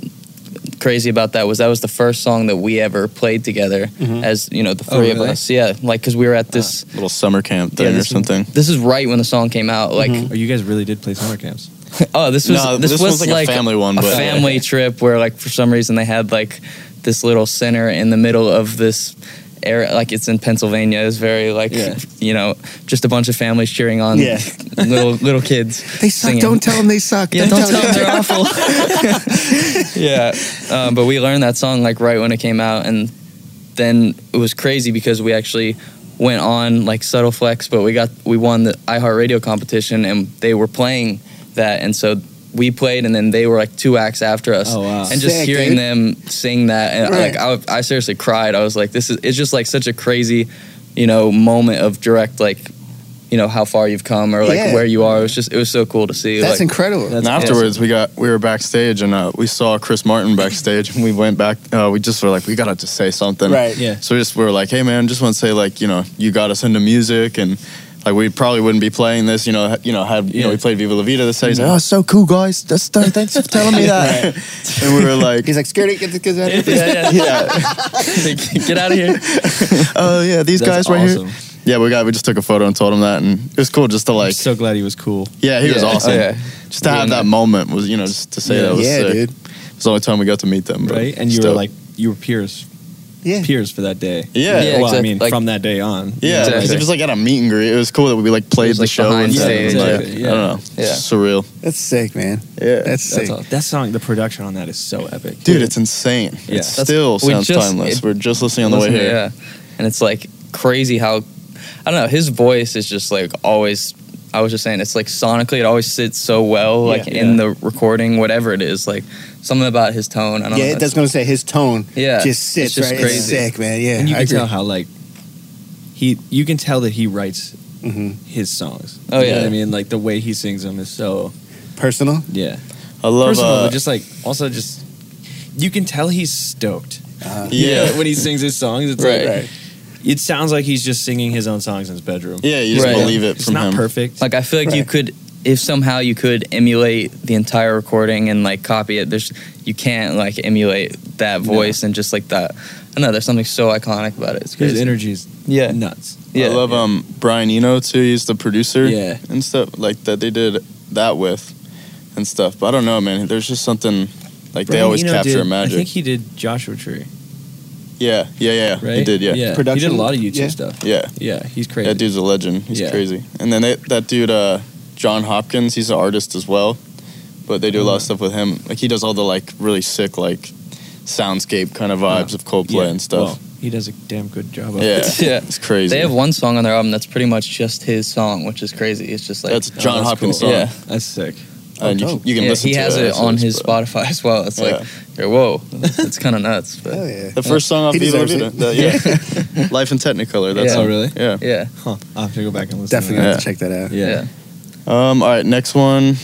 Speaker 3: crazy about that was that was the first song that we ever played together as you know the
Speaker 4: Oh,
Speaker 3: three of
Speaker 4: really?
Speaker 3: us. Yeah, like because we were at this.
Speaker 5: Little summer camp thing
Speaker 3: Yeah,
Speaker 5: or
Speaker 3: this-
Speaker 5: something.
Speaker 3: This is right when the song came out. Like
Speaker 4: Oh, you guys really did play summer camps.
Speaker 3: Oh, this was
Speaker 5: No,
Speaker 3: this,
Speaker 5: this
Speaker 3: was
Speaker 5: one's like a family one,
Speaker 3: a
Speaker 5: but-
Speaker 3: family trip where like for some reason they had like this little center in the middle of this area, like it's in Pennsylvania. It's very like
Speaker 4: Yeah.
Speaker 3: you know just a bunch of families cheering on
Speaker 1: Yeah.
Speaker 3: little little kids.
Speaker 1: They suck.
Speaker 3: singing.
Speaker 1: Don't tell them they suck.
Speaker 3: Yeah,
Speaker 1: don't,
Speaker 3: don't tell them
Speaker 1: them.
Speaker 3: they're awful. yeah, um, but we learned that song like right when it came out, and then it was crazy because we actually went on like subtle flex, but we got we won the iHeartRadio competition, and they were playing that, and so we played, and then they were like two acts after us,
Speaker 4: Oh, wow.
Speaker 3: and just
Speaker 1: Sick,
Speaker 3: hearing
Speaker 1: dude.
Speaker 3: them sing that, and
Speaker 1: Right.
Speaker 3: like I, I seriously cried. I was like, this is it's just like such a crazy, you know, moment of direct like. You know how far you've come, or like
Speaker 1: Yeah.
Speaker 3: where you are. It was just, it was so cool to see.
Speaker 1: That's
Speaker 3: like,
Speaker 1: incredible.
Speaker 4: That's
Speaker 5: and afterwards, we got we were backstage and uh, we saw Chris Martin backstage and we went back. Uh, we just were like, we gotta just say something,
Speaker 1: Right.
Speaker 4: Yeah.
Speaker 5: So we just we were like, hey man, just want to say like you know you got us into music and like we probably wouldn't be playing this, you know, ha- you know had you know
Speaker 4: Yeah.
Speaker 5: we played Viva La Vida this day. He's like, oh, so cool guys, that's thanks for telling me that. And we were like,
Speaker 1: He's like scared to get the kids out of here.
Speaker 3: yeah, yeah.
Speaker 5: yeah,
Speaker 3: Get out of here.
Speaker 5: oh yeah, these
Speaker 4: That's
Speaker 5: guys right
Speaker 4: awesome.
Speaker 5: here. Yeah, we got we just took a photo and told him that, and it was cool just to
Speaker 4: I'm
Speaker 5: like,
Speaker 4: so glad he was cool.
Speaker 5: yeah, he was
Speaker 3: Yeah.
Speaker 5: awesome.
Speaker 3: Oh, yeah.
Speaker 5: Just to have
Speaker 3: Being
Speaker 5: that moment was you know just to say
Speaker 4: Yeah.
Speaker 5: that was
Speaker 1: Yeah,
Speaker 5: sick.
Speaker 1: dude.
Speaker 5: It's the only time we got to meet them, but
Speaker 4: Right? And you
Speaker 5: still.
Speaker 4: were like you were peers
Speaker 1: Yeah.
Speaker 4: peers for that day.
Speaker 5: Yeah. Yeah,
Speaker 4: well, I
Speaker 3: exact-
Speaker 4: mean
Speaker 3: like-
Speaker 4: from that day on.
Speaker 5: Yeah,
Speaker 3: Exactly.
Speaker 5: because it was like at a meet and greet. It was cool that we like
Speaker 3: It
Speaker 5: played
Speaker 3: was,
Speaker 5: the
Speaker 3: like,
Speaker 5: show
Speaker 3: behind
Speaker 5: and stuff.
Speaker 4: stage.
Speaker 5: Like,
Speaker 4: Exactly,
Speaker 5: I
Speaker 4: yeah.
Speaker 5: don't know.
Speaker 3: Yeah.
Speaker 5: Surreal.
Speaker 1: That's sick, man.
Speaker 5: Yeah.
Speaker 1: That's
Speaker 4: That's
Speaker 1: sick.
Speaker 4: all. That song, the production on that is so epic.
Speaker 5: Dude, it's insane.
Speaker 4: Yeah.
Speaker 5: It still
Speaker 3: That's- we
Speaker 5: sounds
Speaker 3: just-
Speaker 5: timeless.
Speaker 3: it-
Speaker 5: We're just listening on the way
Speaker 3: Listen to-
Speaker 5: here.
Speaker 3: Yeah. And it's like crazy how I don't know, his voice is just like always I was just saying it's like sonically it always sits so well like
Speaker 1: Yeah.
Speaker 3: in the recording whatever it is like something about his tone I don't
Speaker 1: Yeah,
Speaker 3: know.
Speaker 1: it- that's gonna say his tone.
Speaker 3: Yeah.
Speaker 1: just sits
Speaker 3: It's just
Speaker 1: right. It's
Speaker 3: crazy.
Speaker 1: sick, man. Yeah,
Speaker 4: and you
Speaker 1: I
Speaker 4: can
Speaker 1: agree.
Speaker 4: tell how like he you can tell that he writes
Speaker 1: Mhm.
Speaker 4: his songs.
Speaker 3: Oh,
Speaker 4: You know
Speaker 3: yeah.
Speaker 4: what I mean, like the way he sings them is so
Speaker 1: personal.
Speaker 4: yeah.
Speaker 5: I love
Speaker 4: First of all,
Speaker 5: uh,
Speaker 4: but just like also just you can tell he's stoked.
Speaker 5: yeah.
Speaker 4: when he sings his songs, it's
Speaker 3: Right.
Speaker 4: like
Speaker 1: Right.
Speaker 4: it sounds like he's just singing his own songs in his bedroom.
Speaker 5: Yeah, you just
Speaker 3: Right.
Speaker 5: believe it
Speaker 4: It's
Speaker 5: from
Speaker 4: not
Speaker 5: him.
Speaker 4: perfect.
Speaker 3: Like I feel like you
Speaker 1: Right.
Speaker 3: could if somehow you could emulate the entire recording and like copy it, there's you can't like emulate that voice and just like that. I don't know there's something so iconic about it. It's
Speaker 4: his
Speaker 3: crazy.
Speaker 4: energy is
Speaker 3: yeah,
Speaker 4: nuts.
Speaker 3: yeah.
Speaker 5: I love um Brian Eno too. He's the producer
Speaker 4: Yeah.
Speaker 5: and stuff like that. They did that with and stuff. But I don't know, man. There's just something like they
Speaker 4: Brian
Speaker 5: always
Speaker 4: Eno
Speaker 5: capture
Speaker 4: did- I
Speaker 5: magic.
Speaker 4: think he did Joshua Tree,
Speaker 5: yeah, yeah, yeah.
Speaker 4: right?
Speaker 5: He did. Yeah,
Speaker 4: He did
Speaker 1: Production?
Speaker 4: a lot of
Speaker 1: Yeah.
Speaker 4: YouTube stuff.
Speaker 5: yeah.
Speaker 4: Yeah, he's crazy.
Speaker 5: That dude's a legend. He's
Speaker 4: Yeah.
Speaker 5: crazy. And then they, that dude, uh, John Hopkins, he's an artist as well. but they do a lot of stuff with him. Like he does all the like really sick like soundscape kind of vibes of Coldplay
Speaker 4: Yeah,
Speaker 5: and stuff.
Speaker 4: well, he does a damn good job. Of
Speaker 5: yeah,
Speaker 4: it.
Speaker 3: Yeah.
Speaker 5: it's crazy.
Speaker 3: They have one song on their album that's pretty much just his song, which is crazy. It's just like
Speaker 5: that's John
Speaker 4: oh, that's
Speaker 5: Hopkins
Speaker 4: cool.
Speaker 5: song. Uh,
Speaker 3: Yeah.
Speaker 4: that's sick.
Speaker 5: and you,
Speaker 1: Oh,
Speaker 5: can- you can
Speaker 3: yeah,
Speaker 5: listen
Speaker 3: he
Speaker 5: to
Speaker 3: has it on his
Speaker 5: spot.
Speaker 3: Spotify as well. It's
Speaker 5: Yeah.
Speaker 3: like, you're- whoa, it's kind of nuts. But
Speaker 1: Hell Oh, yeah.
Speaker 5: The first song off
Speaker 1: He
Speaker 5: Viva La
Speaker 1: deserves
Speaker 5: Vida.
Speaker 1: it.
Speaker 5: The- yeah, Life in Technicolor. That's
Speaker 3: Yeah.
Speaker 5: song.
Speaker 4: Oh, really?
Speaker 5: Yeah.
Speaker 3: yeah,
Speaker 4: Huh. I'll have to go back and listen.
Speaker 1: Definitely
Speaker 5: Yeah.
Speaker 1: have to check that out.
Speaker 4: To that. Yeah.
Speaker 3: yeah.
Speaker 5: Um, all right, next one.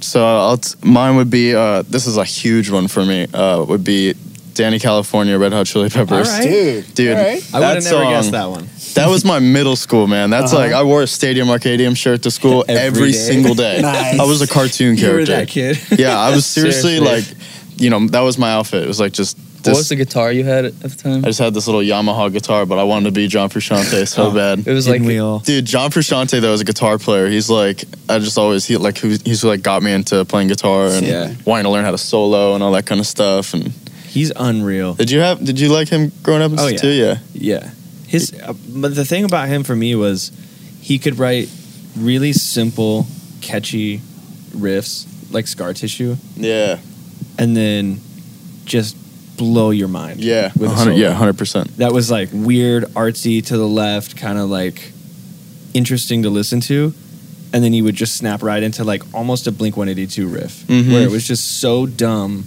Speaker 5: So I'll t- mine would be uh, this is a huge one for me. Uh, would be Danny California, Red Hot Chili Peppers.
Speaker 4: All right.
Speaker 1: Dude.
Speaker 5: Dude,
Speaker 1: All right.
Speaker 4: I would have
Speaker 5: that
Speaker 4: never
Speaker 5: song-
Speaker 4: guessed that one.
Speaker 5: That was my middle school, man. That's like I wore a Stadium Arcadium shirt to school
Speaker 4: Every
Speaker 5: every,
Speaker 4: day.
Speaker 5: single day.
Speaker 1: Nice.
Speaker 5: I was a cartoon
Speaker 4: You were
Speaker 5: character.
Speaker 4: that kid.
Speaker 5: Yeah, I was seriously,
Speaker 3: Seriously.
Speaker 5: like, you know, that was my outfit. It was like just
Speaker 3: What
Speaker 5: this.
Speaker 3: was the guitar you had at the time?
Speaker 5: I just had this little Yamaha guitar, but I wanted to be John Frusciante so
Speaker 4: Oh.
Speaker 5: bad.
Speaker 3: It was
Speaker 4: Didn't
Speaker 3: like
Speaker 4: we all?
Speaker 5: Dude, John Frusciante though is a guitar player. He's like, I just always he like who's, he's like got me into playing guitar and
Speaker 4: Yeah.
Speaker 5: wanting to learn how to solo and all that kind of stuff. And
Speaker 4: He's unreal.
Speaker 5: did you have did you like him growing up? and
Speaker 4: Oh,
Speaker 5: stuff
Speaker 4: yeah.
Speaker 5: too? yeah.
Speaker 4: Yeah. His uh, but the thing about him for me was he could write really simple, catchy riffs like scar tissue
Speaker 5: Yeah,
Speaker 4: and then just blow your mind.
Speaker 5: yeah,
Speaker 4: With a
Speaker 5: 100,
Speaker 4: solo.
Speaker 5: yeah, hundred percent.
Speaker 4: That was like weird, artsy to the left, kind of like interesting to listen to. And then he would just snap right into like almost a Blink 182 riff
Speaker 5: Mhm.
Speaker 4: where it was just so dumb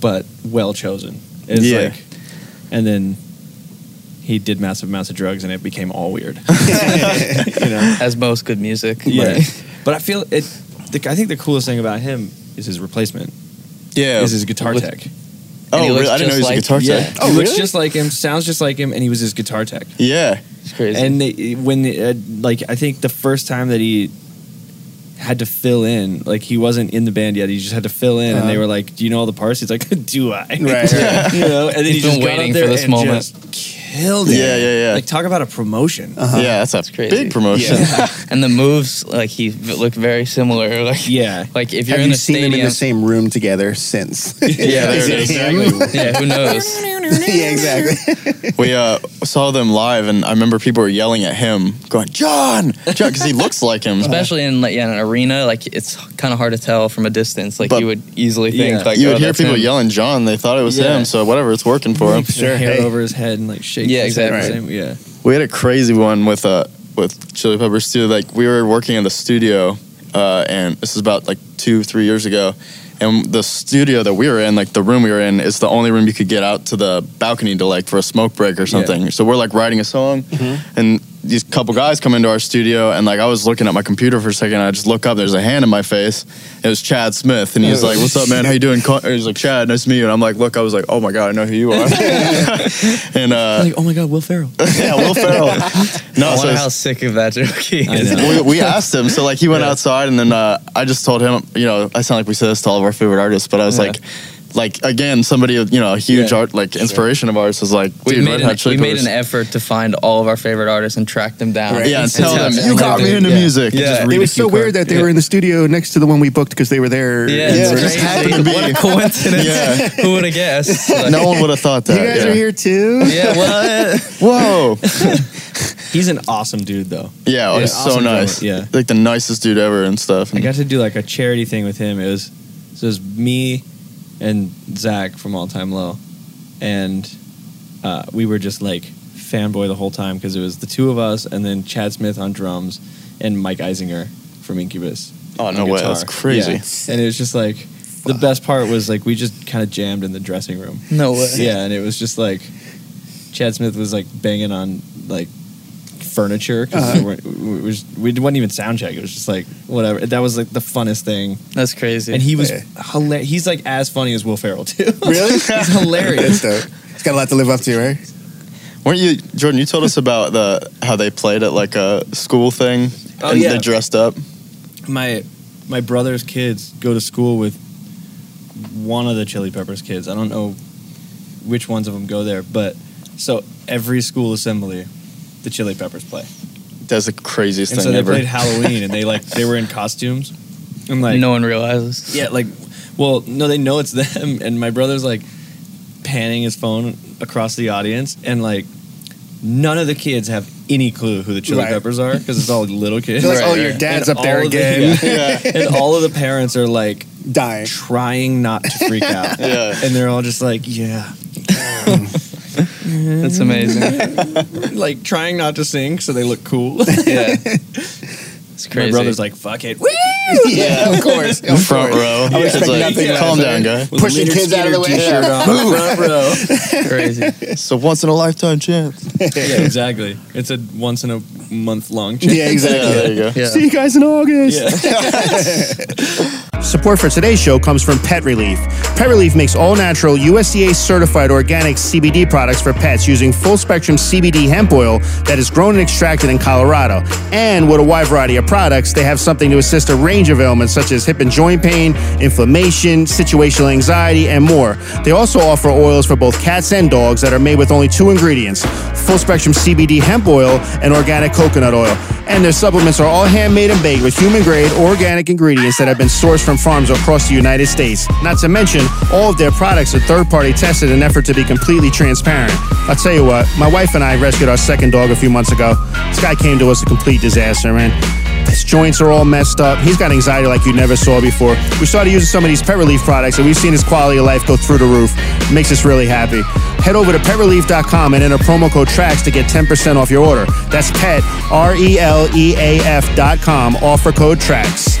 Speaker 4: but well chosen. It's
Speaker 5: Yeah.
Speaker 4: like and then he did massive amounts of drugs and it became all weird. you know.
Speaker 3: as most good music.
Speaker 4: Yeah.
Speaker 3: Like,
Speaker 4: But I feel it the, I think the coolest thing about him is his replacement.
Speaker 5: Yeah.
Speaker 4: Is his guitar
Speaker 3: With- and
Speaker 4: tech.
Speaker 5: oh,
Speaker 3: he
Speaker 5: really?
Speaker 3: looks
Speaker 5: I didn't know he was
Speaker 3: just
Speaker 5: a guitar
Speaker 3: like-
Speaker 5: Oh. tech.
Speaker 4: He looks
Speaker 1: really?
Speaker 4: just like him, sounds just like him and he was his guitar tech.
Speaker 5: Yeah.
Speaker 3: it's crazy.
Speaker 4: and they, when uh, like I think the first time that he had to fill in, like he wasn't in the band yet. He just had to fill in, and they were like, "Do you know all the parts?" He's like, "Do I?"
Speaker 1: Right, right.
Speaker 4: you know, and then he
Speaker 3: He's
Speaker 4: just
Speaker 3: been
Speaker 4: got up
Speaker 3: waiting
Speaker 4: there
Speaker 3: for this
Speaker 4: and
Speaker 3: moment.
Speaker 4: just killed it.
Speaker 5: Yeah, yeah, Uh-huh. yeah.
Speaker 4: Like talk about a promotion.
Speaker 5: Yeah, that's a
Speaker 3: crazy.
Speaker 5: big promotion.
Speaker 3: and the moves, like he v- looked very similar. Like
Speaker 4: Yeah,
Speaker 3: like if you're
Speaker 1: Have
Speaker 3: in
Speaker 1: you
Speaker 3: a
Speaker 1: seen
Speaker 3: stadium,
Speaker 1: them in the same room together since?
Speaker 5: Yeah, there
Speaker 1: Is
Speaker 5: it is.
Speaker 1: him?
Speaker 3: yeah, who knows?
Speaker 1: yeah, exactly.
Speaker 5: we uh, saw them live, and I remember people were yelling at him, going, "John, John," because he looks like him.
Speaker 3: Especially in like yeah, an arena, like it's kind of hard to tell from a distance. Like
Speaker 5: But-
Speaker 3: you would easily think,
Speaker 4: Yeah.
Speaker 3: like
Speaker 5: you
Speaker 3: oh,
Speaker 5: would hear
Speaker 3: that's
Speaker 5: people
Speaker 3: him.
Speaker 5: yelling John. They thought it was
Speaker 4: Yeah.
Speaker 5: him. So whatever, it's working for him.
Speaker 4: Sure, hair
Speaker 1: hey.
Speaker 4: over his head and like shake.
Speaker 3: Yeah,
Speaker 4: his head
Speaker 3: exactly.
Speaker 4: the same- Yeah,
Speaker 5: We had a crazy one with uh with Chili Peppers too. Like we were working in the studio, uh, and this is about like two three years ago, and the studio that we were in, like the room we were in, is the only room you could get out to the balcony to like for a smoke break or something. So we're like writing a song, and these couple guys come into our studio, and like I was looking at my computer for a second, and I just look up, there's a hand in my face. It was Chad Smith, and he's like, "What's up, man? How you doing?" Co- He's like, "Chad, nice to meet you." And I'm like, "Look, I was like, oh my god, I know who you are." and uh,
Speaker 4: like oh my god, Will Ferrell.
Speaker 5: yeah, Will Ferrell. No,
Speaker 3: I
Speaker 5: so
Speaker 3: wonder how sick of that joke he
Speaker 4: I
Speaker 3: is.
Speaker 4: know.
Speaker 5: we, we asked him. So like he went outside, and then uh, I just told him, you know, I sound like we say this to all of our favorite artists, but I was
Speaker 3: Yeah.
Speaker 5: like, like again, somebody you know, a huge
Speaker 4: Yeah.
Speaker 5: art like inspiration of ours is like,
Speaker 3: We
Speaker 5: dude,
Speaker 3: made, an,
Speaker 5: Red
Speaker 3: e-
Speaker 5: Hot
Speaker 3: we
Speaker 5: Chili
Speaker 3: made
Speaker 5: Peppers.
Speaker 3: an effort to find all of our favorite artists and track them down.
Speaker 1: Right.
Speaker 5: yeah, and
Speaker 1: It's
Speaker 5: tell them
Speaker 1: happening.
Speaker 5: you got me into
Speaker 3: Yeah.
Speaker 5: music. and
Speaker 3: Yeah.
Speaker 5: just
Speaker 3: It
Speaker 5: read
Speaker 1: It
Speaker 5: a
Speaker 1: was so
Speaker 5: few
Speaker 1: weird that they were in the studio next to the one we booked because they were there.
Speaker 3: Yeah,
Speaker 1: and
Speaker 5: Yeah,
Speaker 1: we
Speaker 3: it's
Speaker 1: were
Speaker 5: it just
Speaker 3: crazy.
Speaker 5: happened to be.
Speaker 3: What a coincidence.
Speaker 5: Yeah.
Speaker 3: Who would have guessed? Like,
Speaker 5: cards. No one would have thought
Speaker 1: You
Speaker 5: that.
Speaker 1: guys
Speaker 5: yeah.
Speaker 1: are here too.
Speaker 3: Yeah, what?
Speaker 5: Whoa.
Speaker 4: He's an awesome dude though.
Speaker 5: Yeah, it was so
Speaker 4: awesome drummer,
Speaker 5: nice.
Speaker 4: yeah.
Speaker 5: like the nicest dude ever and stuff.
Speaker 4: I got to do like a charity thing with him. It was so it was me and Zach from All Time Low, and uh, we were just like fanboy the whole time because it was the two of us and then Chad Smith on drums and Mike Isinger from Incubus.
Speaker 5: oh
Speaker 4: on
Speaker 5: no way,
Speaker 4: guitar.
Speaker 5: that's crazy.
Speaker 4: Yeah. And it was just like the best part was like we just kind of jammed in the dressing room.
Speaker 3: No way.
Speaker 4: Yeah, and it was just like Chad Smith was like banging on like furniture because we, weren't- we, was- we wasn't even sound check. It was just like whatever. That was like the funnest thing,
Speaker 3: That's crazy.
Speaker 4: and he was
Speaker 1: Yeah.
Speaker 4: hilarious. He's like as funny as Will Ferrell too.
Speaker 1: Really?
Speaker 4: He's
Speaker 1: That's
Speaker 4: hilarious.
Speaker 1: dope. It's got a lot to live up to, right?
Speaker 5: Weren't you, Jordan? You told us about the how they played at like a school thing,
Speaker 4: Oh,
Speaker 5: and
Speaker 4: yeah.
Speaker 5: they dressed up.
Speaker 4: my my brother's kids go to school with one of the Chili Peppers kids. I don't know which ones of them go there, but so every school assembly, the Chili Peppers play.
Speaker 5: That's the craziest
Speaker 4: and
Speaker 5: thing
Speaker 4: so they
Speaker 5: ever.
Speaker 4: played Halloween, and they like they were in costumes. And like,
Speaker 3: no one realizes.
Speaker 4: yeah, like, well, no, they know it's them. And my brother's like panning his phone across the audience, and like, none of the kids have any clue who the Chili
Speaker 1: Right.
Speaker 4: Peppers are because it's all little kids.
Speaker 1: You're like,
Speaker 5: Right,
Speaker 1: oh,
Speaker 5: right.
Speaker 1: your dad's
Speaker 4: And
Speaker 1: up there
Speaker 4: all of the-
Speaker 1: again,
Speaker 5: yeah.
Speaker 4: and all of the parents are like
Speaker 1: dying.
Speaker 4: trying not to freak out.
Speaker 5: Yeah.
Speaker 4: And they're all just like, yeah.
Speaker 3: That's amazing.
Speaker 4: Like trying not to sing so they look cool.
Speaker 3: yeah. It's crazy.
Speaker 4: My brother's like, fuck it.
Speaker 1: yeah, of course. Of
Speaker 5: Front
Speaker 1: course.
Speaker 5: row.
Speaker 1: was
Speaker 5: It's
Speaker 1: expecting
Speaker 5: like,
Speaker 1: nothing
Speaker 5: calm
Speaker 4: less.
Speaker 5: down, guy.
Speaker 4: With
Speaker 1: Pushing
Speaker 4: Leonard
Speaker 1: kids out of the way.
Speaker 4: Skinner T-shirt on, front row.
Speaker 3: crazy.
Speaker 5: It's a once in a lifetime chance.
Speaker 4: Yeah, exactly. It's a once in a month long chance.
Speaker 1: Yeah, exactly.
Speaker 5: there you go.
Speaker 3: Yeah.
Speaker 1: See you guys in August. Support for today's show comes from Pet Relief. Pet Relief makes all natural, USDA certified organic CBD products for pets using full spectrum CBD hemp oil that is grown and extracted in Colorado. And with a wide variety of products, they have something to assist a range of ailments such as hip and joint pain, inflammation, situational anxiety, and more. They also offer oils for both cats and dogs that are made with only two ingredients full spectrum CBD hemp oil and organic coconut oil. And their supplements are all handmade and baked with human grade organic ingredients that have been sourced from farms across the United States. Not to mention, all of their products are third party tested in an effort to be completely transparent. I'll tell you what, my wife and I rescued our second dog a few months ago. This guy came to us a complete disaster, man. His joints are all messed up. He's got anxiety like you never saw before. We started using some of these pet relief products, and we've seen his quality of life go through the roof. It makes us really happy. Head over to petrelief.com and enter promo code TRACKS to get 10% off your order. That's pet, R E L E A F.com, offer code TRACKS.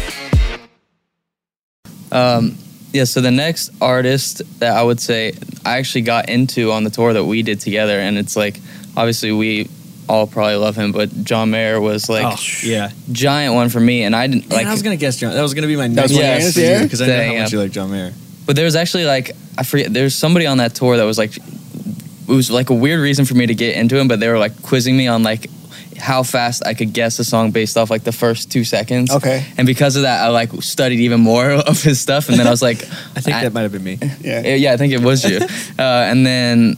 Speaker 3: Yeah, so the next artist that I would say I actually got into on the tour that we did together, and it's like obviously we all probably love him, but John Mayer was like
Speaker 4: Oh, yeah.
Speaker 3: giant one for me, and I didn't
Speaker 4: Like,
Speaker 3: like.
Speaker 4: I was gonna guess John. That was gonna be my next
Speaker 1: was what
Speaker 3: I was
Speaker 4: guess
Speaker 1: gonna say.
Speaker 4: because I know how
Speaker 3: Dang,
Speaker 4: much
Speaker 3: yeah.
Speaker 4: you like John Mayer.
Speaker 3: but there was actually like I forget. There's somebody on that tour that was like, it was like a weird reason for me to get into him, but they were like quizzing me on like how fast I could guess a song based off like the first two seconds.
Speaker 1: Okay.
Speaker 3: And because of that, I like studied even more of his stuff, and then I was like,
Speaker 4: I think
Speaker 3: I-
Speaker 4: that might have been me.
Speaker 3: Uh, yeah, I think it was you. uh, and then,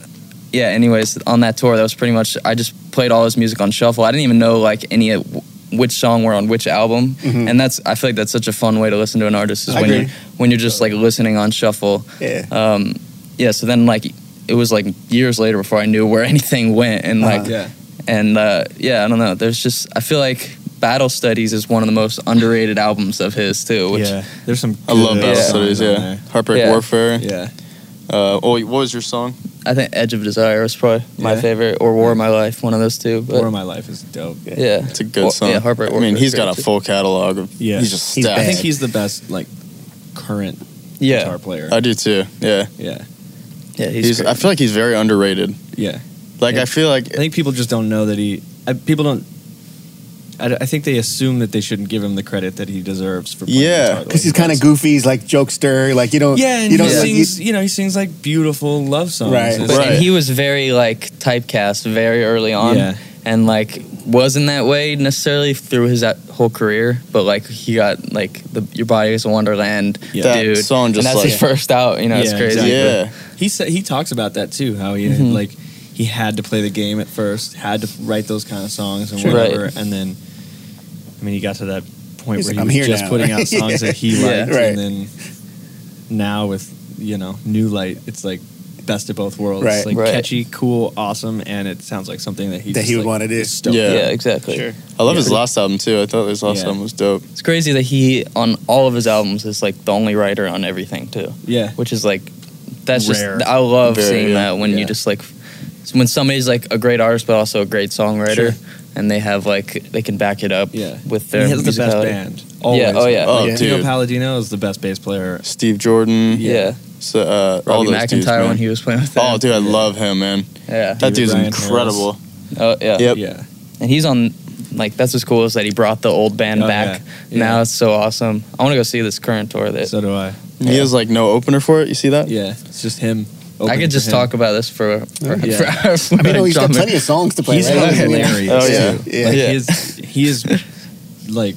Speaker 3: yeah. Anyways, on that tour, that was pretty much. I just played all his music on shuffle. I didn't even know like any of wh- which song were on which album. And that's. I feel like that's such a fun way to listen to an artist is
Speaker 1: Mm-hmm. I
Speaker 3: when
Speaker 1: agree.
Speaker 3: you when you're just like listening on shuffle.
Speaker 1: Yeah.
Speaker 3: Um, yeah. So then like it was like years later before I knew where anything went and
Speaker 5: Uh-huh.
Speaker 3: like
Speaker 4: yeah.
Speaker 3: and uh, yeah I don't know. There's just I feel like. Battle Studies is one of the most underrated albums of his too, which
Speaker 4: yeah. There's some.
Speaker 5: I love
Speaker 4: good
Speaker 5: Battle
Speaker 4: songs
Speaker 5: Studies,
Speaker 4: on
Speaker 5: yeah. Heartbreak
Speaker 3: Yeah.
Speaker 5: Warfare.
Speaker 4: there. Yeah.
Speaker 5: Uh, oh, what was your song?
Speaker 3: I think Edge of Desire was probably my
Speaker 4: Yeah.
Speaker 3: favorite, or War of My Life, one of those two. But
Speaker 4: War of My Life is dope.
Speaker 3: Yeah,
Speaker 5: It's a good
Speaker 3: Or-
Speaker 5: song.
Speaker 3: Yeah, Heartbreak.
Speaker 5: I mean,
Speaker 3: Orchard
Speaker 5: he's
Speaker 3: is great,
Speaker 5: got a
Speaker 3: too.
Speaker 5: full catalog. Of,
Speaker 4: Yeah.
Speaker 5: He's just
Speaker 1: He's
Speaker 5: stacked.
Speaker 4: I think he's the best like current
Speaker 3: Yeah,
Speaker 4: guitar player.
Speaker 5: I do too. Yeah.
Speaker 4: yeah.
Speaker 3: yeah, he's.
Speaker 5: He's.
Speaker 3: great.
Speaker 5: I feel like he's very underrated.
Speaker 4: Yeah.
Speaker 5: Like
Speaker 4: Yeah.
Speaker 5: I feel like
Speaker 4: I think people just don't know that he. I, people don't. I, d- I think they assume that they shouldn't give him the credit that he deserves for. Playing
Speaker 5: Yeah,
Speaker 4: guitar the way
Speaker 1: Because
Speaker 4: he
Speaker 1: he's kind of
Speaker 4: does.
Speaker 1: goofy. He's like jokester. Like, you don't.
Speaker 4: Yeah, and
Speaker 1: you
Speaker 4: he
Speaker 1: don't, like,
Speaker 4: sings. you know, he sings like beautiful love songs.
Speaker 1: Right.
Speaker 4: It's-
Speaker 3: But-
Speaker 5: Right.
Speaker 3: And he was very like typecast very early on,
Speaker 4: Yeah.
Speaker 3: and like wasn't that way necessarily through his uh, whole career. But like he got like the Your Body Is a Wonderland,
Speaker 4: Yeah.
Speaker 5: That
Speaker 3: dude.
Speaker 5: song just
Speaker 3: and that's his
Speaker 5: like-
Speaker 3: first out. You know, it's
Speaker 4: Yeah,
Speaker 3: crazy.
Speaker 4: exactly.
Speaker 5: yeah.
Speaker 4: He said he talks about that too. How he
Speaker 3: Mhm.
Speaker 4: like he had to play the game at first, had to write those kind of songs and
Speaker 3: Sure.
Speaker 4: whatever,
Speaker 3: Right.
Speaker 4: and then I mean he got to that point
Speaker 1: He's like,
Speaker 4: where he
Speaker 1: "I'm
Speaker 4: was
Speaker 1: here
Speaker 4: just
Speaker 1: now."
Speaker 4: putting out songs that he
Speaker 3: Yeah.
Speaker 4: liked,
Speaker 1: Right.
Speaker 4: and then now with you know New Light, it's like best of both worlds.
Speaker 1: Right.
Speaker 4: It's like
Speaker 3: Right.
Speaker 4: catchy, cool, awesome, and it sounds like something that he
Speaker 1: that
Speaker 4: just,
Speaker 1: he would
Speaker 4: like,
Speaker 1: want to do.
Speaker 4: is stoked
Speaker 5: Yeah.
Speaker 3: Yeah,
Speaker 4: on.
Speaker 3: exactly.
Speaker 5: I love
Speaker 4: Yeah.
Speaker 5: his last album too. I thought his last
Speaker 4: Yeah.
Speaker 5: album was dope.
Speaker 3: It's crazy that he on all of his albums is like the only writer on everything too.
Speaker 4: yeah.
Speaker 3: which is like that's
Speaker 4: Rare.
Speaker 3: just I love
Speaker 5: Very,
Speaker 3: seeing
Speaker 5: yeah.
Speaker 3: that when
Speaker 4: Yeah.
Speaker 3: you just like when somebody's like a great artist but also a great songwriter
Speaker 4: Sure.
Speaker 3: and they have like they can back it up
Speaker 4: Yeah.
Speaker 3: with their
Speaker 4: he has the best
Speaker 3: musicality.
Speaker 4: band. Always.
Speaker 3: Yeah, oh yeah.
Speaker 5: Oh,
Speaker 1: Yeah.
Speaker 4: Tino
Speaker 5: dude.
Speaker 4: Palladino is the best bass player.
Speaker 5: Steve Jordan.
Speaker 3: yeah.
Speaker 5: So, uh, all
Speaker 3: Robbie
Speaker 5: those
Speaker 3: McIntyre
Speaker 5: dudes, man.
Speaker 3: when he was playing with them.
Speaker 5: Oh, dude, I love him, man.
Speaker 3: yeah.
Speaker 5: That
Speaker 4: David
Speaker 5: dude's
Speaker 4: Bryan
Speaker 5: incredible.
Speaker 3: Oh yeah.
Speaker 5: Yep.
Speaker 4: Yeah.
Speaker 3: And he's on like that's what's cool is that he brought the old band
Speaker 4: Oh,
Speaker 3: back.
Speaker 4: yeah.
Speaker 3: Now
Speaker 4: Yeah.
Speaker 3: it's so awesome. I want to go see this current tour that
Speaker 4: So do I.
Speaker 5: He has like no opener for it. You see that?
Speaker 4: Yeah, it's just him.
Speaker 3: I
Speaker 4: opening for
Speaker 3: could just
Speaker 4: him.
Speaker 3: talk about this for, for,
Speaker 4: Yeah.
Speaker 3: for hours.
Speaker 1: I mean, oh, he's got plenty of songs to play.
Speaker 4: He's
Speaker 1: right?
Speaker 4: hilarious.
Speaker 5: Oh, yeah.
Speaker 4: too.
Speaker 1: Yeah.
Speaker 4: Like,
Speaker 3: Yeah.
Speaker 4: He is. He is like.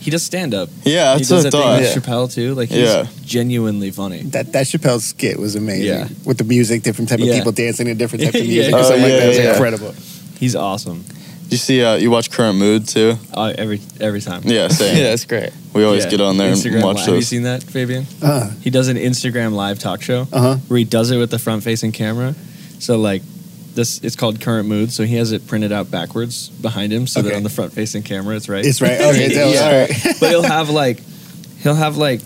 Speaker 4: He does stand up.
Speaker 5: Yeah,
Speaker 4: He does
Speaker 5: that's what I
Speaker 4: that thing
Speaker 5: thought.
Speaker 4: with Chappelle
Speaker 5: Yeah.
Speaker 4: too. Like he's
Speaker 5: Yeah.
Speaker 4: genuinely funny.
Speaker 1: That that Chappelle skit was amazing.
Speaker 4: Yeah.
Speaker 1: With the music, different type of
Speaker 4: Yeah.
Speaker 1: people dancing to different type of
Speaker 4: Yeah,
Speaker 1: music.
Speaker 5: yeah,
Speaker 1: or something like
Speaker 5: yeah,
Speaker 1: that. It was
Speaker 5: yeah.
Speaker 1: incredible.
Speaker 4: He's awesome.
Speaker 5: You see, uh, you watch Current Mood too.
Speaker 4: Uh, every every time.
Speaker 5: Yeah, same.
Speaker 3: yeah, that's great.
Speaker 5: We always
Speaker 4: Yeah.
Speaker 5: get on there
Speaker 4: Instagram
Speaker 5: and watch
Speaker 4: live. Have you
Speaker 5: those.
Speaker 4: seen that, Fabian?
Speaker 1: Uh,
Speaker 4: He does an Instagram live talk show
Speaker 1: Uh-huh.
Speaker 4: where he does it with the front facing camera. So like this it's called current mood so he has it printed out backwards behind him so that
Speaker 1: Okay.
Speaker 4: on the front facing camera it's right
Speaker 1: It's right. Okay, that was
Speaker 4: Yeah.
Speaker 1: all right.
Speaker 4: but he'll have like he'll have like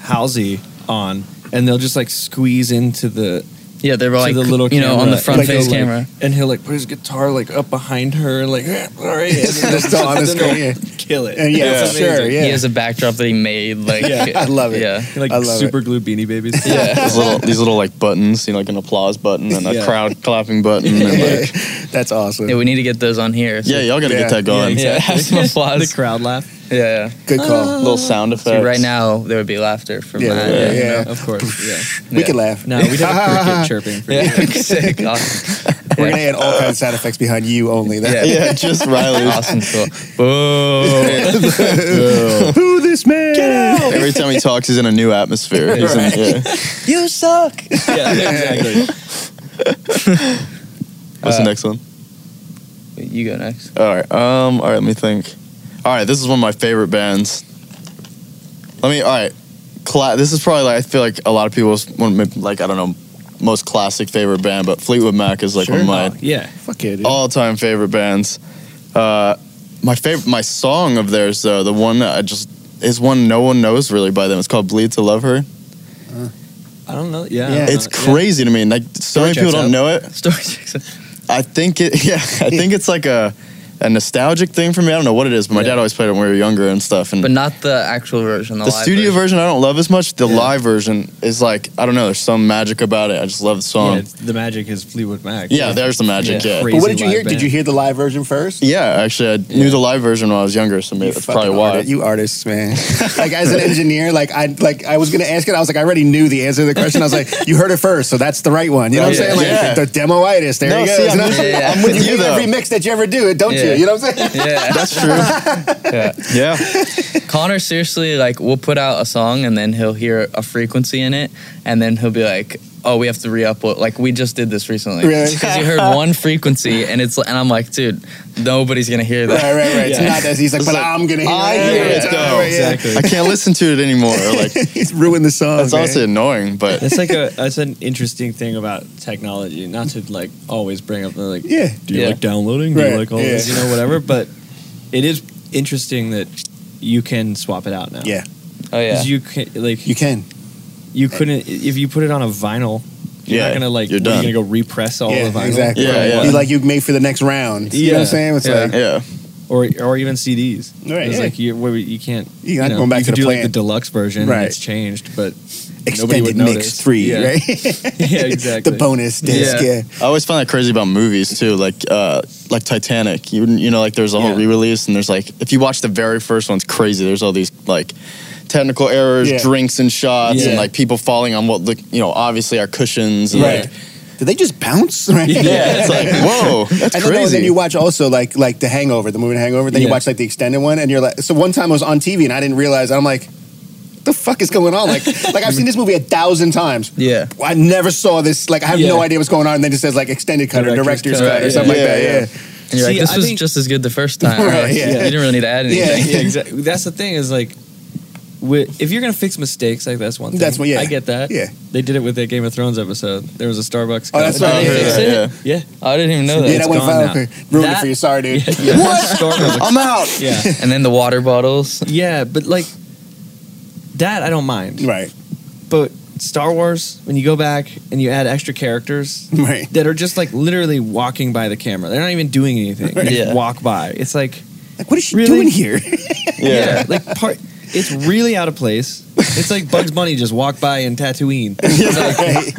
Speaker 4: Halsey on and they'll just like squeeze into the
Speaker 3: Yeah, they're like
Speaker 4: to the little
Speaker 3: you know on the
Speaker 4: camera
Speaker 3: front
Speaker 4: and
Speaker 3: face
Speaker 4: go, like-
Speaker 3: camera.
Speaker 4: and he'll like put his guitar like up behind her and like all right and
Speaker 1: It's
Speaker 4: then
Speaker 1: just
Speaker 4: they'll-
Speaker 1: on his
Speaker 4: then they'll
Speaker 1: screen, yeah.
Speaker 4: kill it
Speaker 1: And yeah,
Speaker 4: It's
Speaker 1: for sure.
Speaker 4: amazing.
Speaker 1: Yeah.
Speaker 3: He has a backdrop that he made. Like
Speaker 1: Yeah, I love it.
Speaker 3: Yeah,
Speaker 4: He, like
Speaker 1: I love it.
Speaker 4: super glue beanie babies
Speaker 3: yeah.
Speaker 5: these little these little like buttons, you know, like an applause button and a
Speaker 4: Yeah.
Speaker 5: crowd clapping button. And, like,
Speaker 1: That's awesome.
Speaker 3: Yeah, we need to get those on here.
Speaker 5: yeah, y'all gotta
Speaker 1: Yeah.
Speaker 5: get that
Speaker 4: Yeah,
Speaker 5: going.
Speaker 3: Yeah, have some
Speaker 4: the
Speaker 3: applause.
Speaker 4: crowd laugh
Speaker 3: yeah, yeah.
Speaker 1: Good call.
Speaker 5: Little sound effects.
Speaker 3: Dude, right now there would be laughter from
Speaker 1: Yeah,
Speaker 3: that.
Speaker 1: yeah,
Speaker 3: you
Speaker 1: yeah.
Speaker 3: know?
Speaker 4: of course yeah
Speaker 1: we
Speaker 3: Yeah.
Speaker 1: could laugh.
Speaker 4: no we'd have a cricket chirping for you.
Speaker 3: Yeah, sick, awesome,
Speaker 1: We're gonna add all kinds of sound effects behind you only. That-
Speaker 3: Yeah.
Speaker 5: Yeah, just Riley.
Speaker 3: awesome, cool. Boom.
Speaker 1: Who this man?
Speaker 5: Every time he talks, he's in a new atmosphere. He's in- yeah.
Speaker 3: you suck.
Speaker 4: yeah exactly
Speaker 5: What's
Speaker 3: Uh,
Speaker 5: the next one?
Speaker 3: You go next.
Speaker 5: All right. Um. All right. Let me think. All right. This is one of my favorite bands. Let me. All right. Cla- this is probably like I feel like a lot of people's one of my, like I don't know most classic favorite band, but Fleetwood Mac is like one of my
Speaker 4: yeah
Speaker 1: Fuck it. dude.
Speaker 5: all time favorite bands. Uh, my favorite my song of theirs though, the one that I just is one no one knows really by them. It's called "Bleed to Love Her."
Speaker 4: I don't know Uh, yeah, I
Speaker 1: Yeah.
Speaker 4: don't
Speaker 5: It's
Speaker 4: know.
Speaker 5: crazy to me. and, Like so many people
Speaker 4: checks
Speaker 5: don't
Speaker 4: out.
Speaker 5: know it.
Speaker 3: Story Jackson.
Speaker 5: I think it. Yeah, I think it's like a a nostalgic thing for me. I don't know what it is, but my
Speaker 4: Yeah.
Speaker 5: dad always played it when we were younger and stuff. And
Speaker 3: But not the actual version. The,
Speaker 5: the
Speaker 3: live
Speaker 5: studio
Speaker 3: version.
Speaker 5: version I don't love as much. The live version is like I don't know. There's some magic about it. I just love the
Speaker 4: yeah,
Speaker 5: song.
Speaker 4: it's- the magic is Fleetwood Mac
Speaker 5: Yeah, there's the magic.
Speaker 4: Yeah.
Speaker 5: Yeah.
Speaker 4: Crazy.
Speaker 1: But
Speaker 5: Yeah.
Speaker 1: what did you
Speaker 4: live
Speaker 1: hear? Did
Speaker 4: band.
Speaker 1: you hear the live version first?
Speaker 5: actually, I knew the live version when I was younger, so maybe
Speaker 1: You
Speaker 5: that's
Speaker 1: fucking
Speaker 5: probably why.
Speaker 1: arti- you artists, man. like as an engineer, like I like I was gonna ask it. I was like, I already knew the answer to the question. I was like, you heard it first, so that's the right one. You know what I'm
Speaker 5: Yeah.
Speaker 1: saying? Like
Speaker 5: Yeah.
Speaker 1: the demoitis. There
Speaker 5: No,
Speaker 1: you go.
Speaker 5: see,
Speaker 1: You
Speaker 5: I'm
Speaker 1: know?
Speaker 5: with
Speaker 3: you. I'm
Speaker 1: with
Speaker 5: with you,
Speaker 1: you
Speaker 5: though.
Speaker 1: every mix that you ever do it, don't
Speaker 3: Yeah.
Speaker 1: you? You know what I'm saying?
Speaker 3: Yeah.
Speaker 5: That's true.
Speaker 3: Yeah.
Speaker 5: yeah.
Speaker 3: Connor seriously like will put out a song and then he'll hear a frequency in it and then he'll be like, "Oh, we have to re-upload." Like we just did this recently
Speaker 1: Really?
Speaker 3: because he heard one frequency and it's and I'm like, dude, nobody's gonna hear
Speaker 1: Right,
Speaker 3: that.
Speaker 1: right, right. It's not that he's like,
Speaker 5: It's
Speaker 1: but
Speaker 5: like,
Speaker 1: I'm gonna hear
Speaker 5: I
Speaker 1: it.
Speaker 5: hear
Speaker 1: It's
Speaker 5: it, though.
Speaker 1: all right, yeah.
Speaker 4: exactly
Speaker 5: I can't listen to it anymore. Like
Speaker 1: he's ruined the song.
Speaker 5: that's
Speaker 1: man.
Speaker 5: honestly annoying, but
Speaker 4: That's like a that's an interesting thing about technology. Not to like always bring up the like
Speaker 1: Yeah.
Speaker 4: do you
Speaker 3: Yeah.
Speaker 4: like downloading? Do
Speaker 1: Right,
Speaker 4: you like all
Speaker 1: yeah.
Speaker 4: this, you know, whatever. But it is interesting that you can swap it out now.
Speaker 1: Yeah,
Speaker 3: Oh yeah.
Speaker 4: 'Cause You can like
Speaker 1: you
Speaker 4: you,
Speaker 1: can.
Speaker 4: couldn't if you put it on a vinyl, you're
Speaker 5: Yeah,
Speaker 4: not gonna like
Speaker 5: you're
Speaker 4: you're,
Speaker 5: done.
Speaker 4: gonna go repress all
Speaker 1: yeah,
Speaker 4: the vinyl.
Speaker 1: exactly.
Speaker 5: Yeah, yeah.
Speaker 1: You like you made for the next round. You know what I'm
Speaker 4: Yeah.
Speaker 1: saying? It's
Speaker 3: Yeah.
Speaker 1: like
Speaker 5: yeah.
Speaker 4: Or or even CDs.
Speaker 1: Right,
Speaker 4: It's
Speaker 1: yeah.
Speaker 4: like you where you can't
Speaker 1: You're
Speaker 4: you
Speaker 1: not
Speaker 4: know,
Speaker 1: going back
Speaker 4: you
Speaker 1: to
Speaker 4: could
Speaker 1: the
Speaker 4: do like
Speaker 1: plan.
Speaker 4: the deluxe version
Speaker 1: Right.
Speaker 4: and it's changed, but nobody
Speaker 1: extended
Speaker 4: would
Speaker 1: mix
Speaker 4: notice.
Speaker 1: three,
Speaker 4: Yeah.
Speaker 1: right?
Speaker 4: yeah, exactly.
Speaker 1: the bonus disc.
Speaker 3: Yeah.
Speaker 1: Yeah.
Speaker 5: I always find that crazy about movies too, like uh, like Titanic. You you know, like there's a whole
Speaker 4: Yeah.
Speaker 5: re-release, and there's like if you watch the very first one, it's crazy. There's all these like technical errors,
Speaker 1: Yeah.
Speaker 5: drinks and shots, and
Speaker 4: Yeah.
Speaker 5: like people falling on what look you know obviously are cushions. And,
Speaker 1: Right.
Speaker 5: Like,
Speaker 1: Did they just bounce? Right.
Speaker 5: yeah, it's like whoa, that's
Speaker 1: And then, no,
Speaker 5: crazy.
Speaker 1: then you watch also like like the Hangover, the movie The Hangover. Then you
Speaker 4: Yeah.
Speaker 1: watch like the extended one, and you're like, so one time I was on TV and I didn't realize. I'm like, the fuck is going on? Like, like I've seen this movie a thousand times.
Speaker 3: yeah.
Speaker 1: I never saw this. Like, I have
Speaker 4: Yeah.
Speaker 1: no idea what's going on. And then it says like extended cut or director's
Speaker 4: Director's
Speaker 1: cut,
Speaker 4: cut,
Speaker 1: or
Speaker 4: yeah.
Speaker 1: something
Speaker 5: Yeah,
Speaker 1: like that.
Speaker 5: yeah.
Speaker 1: Yeah.
Speaker 3: And you're
Speaker 4: See,
Speaker 3: like, this
Speaker 4: I
Speaker 3: was
Speaker 4: think-
Speaker 3: just as good the first time.
Speaker 1: Right,
Speaker 3: Like,
Speaker 1: yeah.
Speaker 3: You didn't really need to add
Speaker 1: Yeah.
Speaker 3: anything.
Speaker 4: yeah, exactly. That's the thing is like, wi- if you're gonna fix mistakes, like that's one thing.
Speaker 1: That's what- yeah.
Speaker 4: I get that.
Speaker 1: Yeah.
Speaker 4: they did it with that Game of Thrones episode. There was a Starbucks.
Speaker 1: Oh,
Speaker 4: cup.
Speaker 1: that's right.
Speaker 5: Oh,
Speaker 1: Yeah,
Speaker 5: yeah,
Speaker 1: yeah,
Speaker 5: yeah.
Speaker 4: Yeah,
Speaker 3: I didn't even know that.
Speaker 1: Yeah, that went
Speaker 4: gone
Speaker 1: viral.
Speaker 4: now.
Speaker 1: Okay. Ruined it
Speaker 4: That-
Speaker 1: for you. Sorry, dude.
Speaker 4: what? Starbucks.
Speaker 5: I'm out.
Speaker 4: yeah,
Speaker 3: And then the water bottles.
Speaker 4: yeah, but like that, I don't mind.
Speaker 1: Right.
Speaker 4: But Star Wars, when you go back and you add extra characters
Speaker 1: Right.
Speaker 4: that are just like literally walking by the camera, they're not even doing anything. They just
Speaker 3: Yeah.
Speaker 4: walk by. It's like
Speaker 1: Like, what is she
Speaker 4: Really?
Speaker 1: doing here?
Speaker 5: Yeah.
Speaker 4: like part. It's really out of place. It's like Bugs Bunny just walked by in Tatooine.
Speaker 1: Right.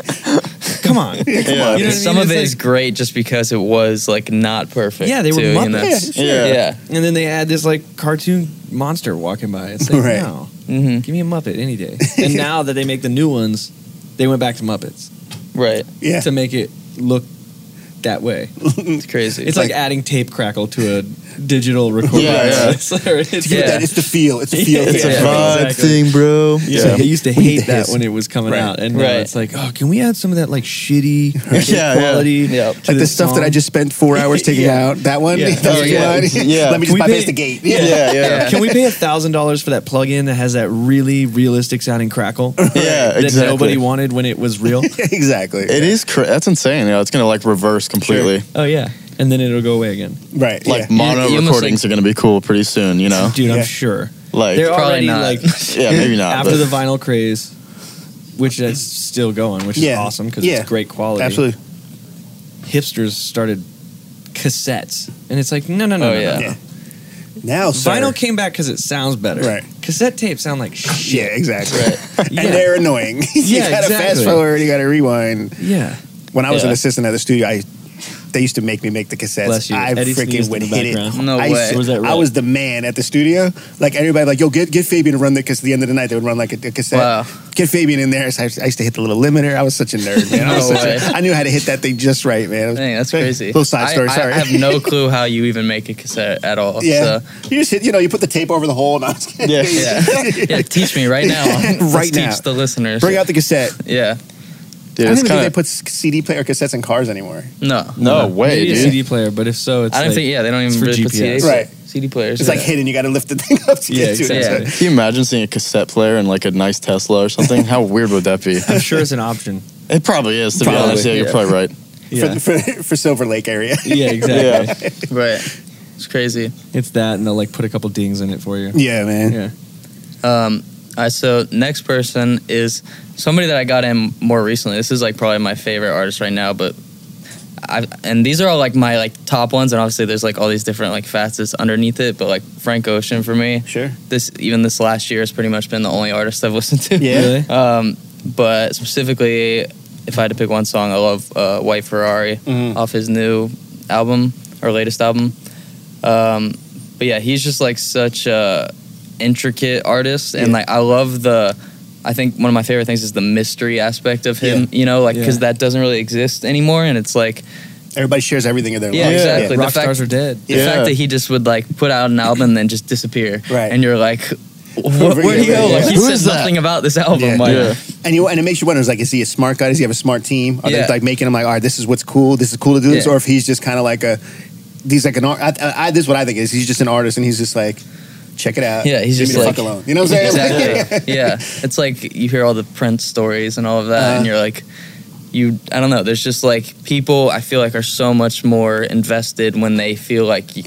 Speaker 4: Come on.
Speaker 5: Yeah.
Speaker 4: You know what I mean?
Speaker 3: Some of
Speaker 4: It's
Speaker 3: it
Speaker 4: like-
Speaker 3: is great just because it was like not perfect.
Speaker 4: Yeah, they were
Speaker 3: too, you know?
Speaker 4: Muppets.
Speaker 5: Yeah.
Speaker 3: Yeah.
Speaker 4: And then they add this like cartoon monster walking by. It's like,
Speaker 1: Right.
Speaker 4: no,
Speaker 3: hmm
Speaker 4: give me a Muppet any day. and now that they make the new ones, they went back to Muppets
Speaker 3: Right.
Speaker 1: Yeah.
Speaker 4: to make it look that way.
Speaker 3: It's crazy.
Speaker 4: It's like,
Speaker 1: Like-
Speaker 4: adding tape crackle to a digital recorder.
Speaker 5: Yeah, yeah.
Speaker 4: It's like- it's-
Speaker 1: Get
Speaker 3: Yeah.
Speaker 1: that. It's the feel. It's the feel.
Speaker 4: It's
Speaker 5: It's
Speaker 4: Yeah,
Speaker 5: a vibe
Speaker 4: exactly.
Speaker 5: thing, bro.
Speaker 4: So they used to
Speaker 1: We need
Speaker 4: hate
Speaker 1: the
Speaker 4: that
Speaker 1: hiss.
Speaker 4: when it was coming
Speaker 1: Right.
Speaker 4: out, and now
Speaker 3: Right.
Speaker 4: it's like, oh, can we add some of that like shitty
Speaker 5: Yeah, yeah.
Speaker 4: quality?
Speaker 3: Yep.
Speaker 4: to
Speaker 1: Like the
Speaker 4: this
Speaker 1: stuff that I
Speaker 4: song?
Speaker 1: just spent four hours taking
Speaker 4: Yeah.
Speaker 1: out. That one.
Speaker 4: Yeah.
Speaker 1: That's
Speaker 5: Oh, yeah.
Speaker 1: the one?
Speaker 5: Yeah.
Speaker 1: Let me just
Speaker 4: Can we
Speaker 1: bypass
Speaker 4: pay-
Speaker 1: the gate.
Speaker 5: Yeah, yeah, yeah.
Speaker 4: Can we pay a thousand dollars for that plug-in that has that really realistic sounding crackle?
Speaker 5: Yeah,
Speaker 4: That
Speaker 5: exactly.
Speaker 4: nobody wanted when it was real.
Speaker 1: exactly.
Speaker 5: It is. Cra- that's insane. You know, it's gonna like reverse first completely.
Speaker 4: Oh yeah, and then it'll go away again,
Speaker 1: Right.
Speaker 5: Like
Speaker 1: yeah.
Speaker 5: mono
Speaker 3: you almost,
Speaker 5: recordings are gonna be cool pretty soon. You know,
Speaker 4: dude.
Speaker 1: Yeah.
Speaker 4: I'm sure
Speaker 5: like
Speaker 4: they're
Speaker 3: Probably
Speaker 4: already
Speaker 3: not.
Speaker 4: like
Speaker 5: yeah, maybe not.
Speaker 4: after
Speaker 5: but-
Speaker 4: the vinyl craze, which is still going, which is
Speaker 1: Yeah.
Speaker 4: awesome because
Speaker 1: Yeah.
Speaker 4: it's great quality.
Speaker 1: Absolutely.
Speaker 4: hipsters started cassettes, and it's like no, no, no,
Speaker 3: Oh,
Speaker 4: no,
Speaker 3: yeah.
Speaker 4: no, no.
Speaker 1: Yeah. Now, sir.
Speaker 4: Vinyl came back because it sounds better.
Speaker 1: Right.
Speaker 4: Cassette tapes sound like
Speaker 1: Yeah,
Speaker 4: shit.
Speaker 1: exactly.
Speaker 4: Yeah.
Speaker 1: And they're annoying. you
Speaker 4: Yeah,
Speaker 1: gotta fast
Speaker 4: exactly.
Speaker 1: forward, you gotta rewind.
Speaker 4: yeah.
Speaker 1: When I was
Speaker 5: Yeah.
Speaker 1: an assistant at the studio, I they used to make me make the cassettes.
Speaker 4: Bless you.
Speaker 1: I
Speaker 4: Eddie
Speaker 1: freaking
Speaker 4: sneezed
Speaker 1: would
Speaker 4: in the
Speaker 1: hit it.
Speaker 4: background.
Speaker 3: No
Speaker 1: I, used
Speaker 3: way.
Speaker 1: to-
Speaker 4: Was that
Speaker 1: I
Speaker 4: right?
Speaker 1: was the man at the studio. Like everybody, like yo, get get Fabian to run the because at the end of the night they would run like a, a cassette.
Speaker 3: Wow.
Speaker 1: Get Fabian in there. So I, I used to hit the little limiter. I was such a nerd, man. I,
Speaker 3: No
Speaker 1: was such
Speaker 3: way.
Speaker 1: a, I knew how to hit that thing just right, man. It was-
Speaker 3: Dang, that's crazy.
Speaker 1: Little side story.
Speaker 3: I,
Speaker 1: sorry.
Speaker 3: I have no clue how you even make a cassette at all.
Speaker 1: yeah,
Speaker 3: So,
Speaker 1: you just hit. You know, you put the tape over the hole, and I was
Speaker 5: Yeah.
Speaker 3: uh, yeah. yeah. Teach me right now.
Speaker 1: Right
Speaker 3: Let's
Speaker 1: now.
Speaker 3: Teach the listeners.
Speaker 1: bring out the cassette.
Speaker 3: yeah.
Speaker 5: Dude,
Speaker 1: I don't
Speaker 5: it's
Speaker 1: even
Speaker 5: kinda-
Speaker 1: think they put s- CD player cassettes in cars anymore.
Speaker 3: No.
Speaker 5: no
Speaker 4: Uh,
Speaker 5: Oh, way,
Speaker 4: maybe a
Speaker 5: dude.
Speaker 4: CD player, but if so, it's
Speaker 3: I don't
Speaker 4: like,
Speaker 3: think. Yeah, they don't
Speaker 4: it's
Speaker 3: even
Speaker 4: for
Speaker 3: really put
Speaker 4: GPS.
Speaker 3: CDs.
Speaker 1: Right.
Speaker 3: CD players.
Speaker 1: It's like
Speaker 3: yeah.
Speaker 1: hidden. You got to lift the thing up to
Speaker 4: Yeah,
Speaker 1: get to
Speaker 3: exactly.
Speaker 1: it.
Speaker 5: Can you imagine seeing a cassette player in like a nice Tesla or something? How weird would that be?
Speaker 4: I'm sure it's an option.
Speaker 5: It probably is, to be
Speaker 4: Probably,
Speaker 5: honest. Yeah, you're
Speaker 3: yeah.
Speaker 5: probably right.
Speaker 4: Yeah,
Speaker 1: For, for, for Silver Lake area.
Speaker 4: yeah, exactly.
Speaker 3: Right. It's crazy.
Speaker 4: It's that, and they'll like put a couple dings in it for you.
Speaker 1: Yeah, man.
Speaker 4: Yeah.
Speaker 3: Um, I, so next person is somebody that I got in more recently. This is like probably my favorite artist right now, but I and these are all like my like top ones, and obviously there's like all these different like facets underneath it. But like Frank Ocean for me,
Speaker 1: Sure.
Speaker 3: this even this last year has pretty much been the only artist I've listened to.
Speaker 1: Yeah.
Speaker 4: Really?
Speaker 3: Um, but specifically, if I had to pick one song, I love uh, White Ferrari
Speaker 1: Mhm.
Speaker 3: off his new album or latest album. Um, but yeah, he's just like such a intricate artist, and
Speaker 1: Yeah.
Speaker 3: like I love the. I think one of my favorite things is the mystery aspect of him. You know, like because
Speaker 4: Yeah.
Speaker 3: that doesn't really exist anymore, and it's like
Speaker 1: Everybody shares everything in their
Speaker 3: Yeah,
Speaker 1: life.
Speaker 3: exactly. The
Speaker 4: Rock
Speaker 3: fact-
Speaker 4: stars are dead.
Speaker 3: the
Speaker 5: Yeah.
Speaker 3: fact that he just would like put out an album and then just disappear,
Speaker 1: Right.
Speaker 3: And you're like, "Wh- where'd he
Speaker 1: yeah,
Speaker 3: go?
Speaker 1: yeah.
Speaker 3: Like, he
Speaker 5: Who
Speaker 3: said
Speaker 5: is that?
Speaker 3: nothing about this album.
Speaker 1: Yeah.
Speaker 3: Like,
Speaker 5: Yeah.
Speaker 1: And you and it makes you wonder. It's like, is he a smart guy? Does he have a smart team? Are
Speaker 3: Yeah.
Speaker 1: they like making him like, all right, this is what's cool. This is cool to do this,
Speaker 3: Yeah.
Speaker 1: or if he's just kind of like a, he's like an art. I, I, I- this is what I think is. He's just an artist, and he's just like, check it out.
Speaker 3: Yeah, he's
Speaker 1: Leave
Speaker 3: just
Speaker 1: me the
Speaker 3: like-
Speaker 1: fuck alone. You know what I'm saying?
Speaker 3: Exactly. yeah. It's like you hear all the Prince stories and all of that,
Speaker 1: Uh-huh.
Speaker 3: and you're like, you, I don't know. There's just like people I feel like are so much more invested when they feel like y-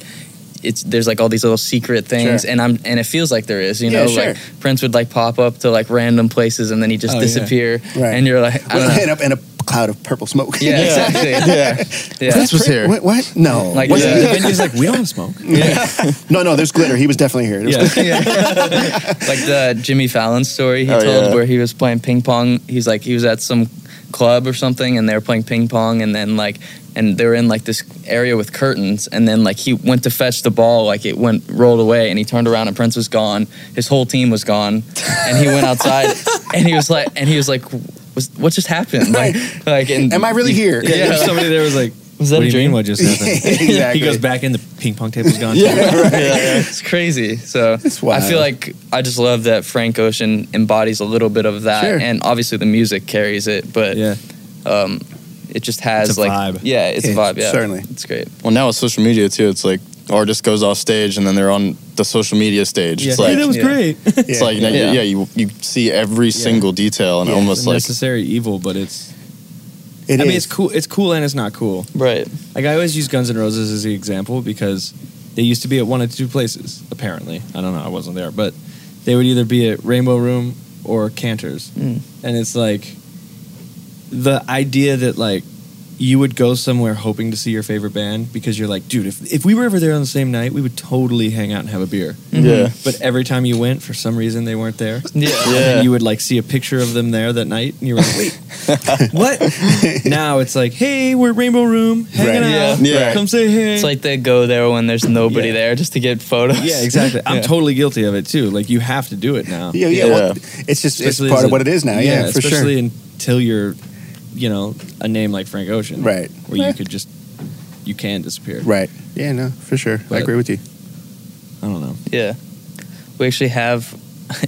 Speaker 3: it's there's like all these little secret things,
Speaker 1: Sure.
Speaker 3: and I'm and it feels like there is, you
Speaker 1: Yeah,
Speaker 3: know,
Speaker 1: sure.
Speaker 3: like Prince would like pop up to like random places and then he just
Speaker 4: Oh, yeah.
Speaker 3: disappear,
Speaker 1: Right.
Speaker 3: and you're like, I don't know.
Speaker 1: and up in a cloud of purple smoke.
Speaker 3: Yeah, exactly.
Speaker 5: Yeah.
Speaker 3: Yeah.
Speaker 5: Prince was here.
Speaker 1: What? what? No.
Speaker 3: Like,
Speaker 1: What's-
Speaker 3: yeah.
Speaker 4: The venue's like, we don't smoke.
Speaker 1: No, no. There's glitter. He was definitely here. There was glitter.
Speaker 3: Yeah. like the Jimmy Fallon story he
Speaker 5: Oh,
Speaker 3: told
Speaker 5: yeah.
Speaker 3: where he was playing ping pong. He's like he was at some club or something and they were playing ping pong and then like and they were in like this area with curtains and then like he went to fetch the ball like it went rolled away and he turned around and Prince was gone. His whole team was gone. And he went outside and he was like and he was like was, what just happened? Like, like, and
Speaker 1: Am I really here?
Speaker 4: Yeah.
Speaker 3: Yeah.
Speaker 4: Somebody there was like,
Speaker 3: Was that
Speaker 4: what
Speaker 3: a
Speaker 4: do you
Speaker 3: dream?
Speaker 4: mean? What just happened?
Speaker 1: exactly.
Speaker 4: He goes back in. The ping pong table's gone.
Speaker 3: it's crazy. So
Speaker 1: wild.
Speaker 3: I feel like I just love that Frank Ocean embodies a little bit of that,
Speaker 1: Sure.
Speaker 3: and obviously the music carries it, but
Speaker 4: Yeah.
Speaker 3: um, it just has
Speaker 4: It's a
Speaker 3: like
Speaker 4: vibe.
Speaker 3: yeah, it's a
Speaker 1: Yeah,
Speaker 3: vibe. Yeah,
Speaker 1: certainly.
Speaker 3: it's great.
Speaker 5: Well, now with social media too, it's like artist goes off stage and then they're on the social media stage. It's like
Speaker 4: Hey, that was
Speaker 3: yeah.
Speaker 4: great.
Speaker 1: Yeah.
Speaker 5: it's like yeah,
Speaker 3: Yeah.
Speaker 5: yeah. you you see every single detail and
Speaker 1: Yeah.
Speaker 5: almost
Speaker 4: It's
Speaker 5: like
Speaker 4: necessary evil, but it's.
Speaker 1: It
Speaker 4: I mean,
Speaker 1: is.
Speaker 4: it's cool. It's cool and it's not cool.
Speaker 3: Right.
Speaker 4: Like I always use Guns N' Roses as the example because they used to be at one of two places. Apparently, I don't know. I wasn't there, but they would either be at Rainbow Room or Cantor's,
Speaker 3: Mm.
Speaker 4: and it's like the idea that like you would go somewhere hoping to see your favorite band because you're like, dude, if if we were ever there on the same night, we would totally hang out and have a beer.
Speaker 5: yeah.
Speaker 4: But every time you went, for some reason, they weren't there.
Speaker 3: Yeah.
Speaker 5: Yeah.
Speaker 4: And you would like see a picture of them there that night, and you were like, wait, what? now it's like, hey, we're at Rainbow Room, hanging
Speaker 1: Right.
Speaker 4: out.
Speaker 5: Yeah. Yeah.
Speaker 4: Come say hey.
Speaker 3: It's like they go there when there's nobody
Speaker 4: Yeah.
Speaker 3: there just to get photos.
Speaker 4: yeah, exactly. I'm
Speaker 3: Yeah.
Speaker 4: totally guilty of it too. Like you have to do it now.
Speaker 1: yeah, yeah.
Speaker 5: Yeah.
Speaker 1: well, it's just
Speaker 4: Especially
Speaker 1: it's part
Speaker 4: as
Speaker 1: of
Speaker 4: a-
Speaker 1: what it is now. Yeah, for sure.
Speaker 4: especially until you're, you know, a name like Frank Ocean,
Speaker 1: Right.
Speaker 4: Where
Speaker 1: Yeah.
Speaker 4: you could just, you can disappear.
Speaker 1: Right. Yeah, no, for sure. I
Speaker 4: But-
Speaker 1: agree with you.
Speaker 4: I don't know.
Speaker 3: Yeah. We actually have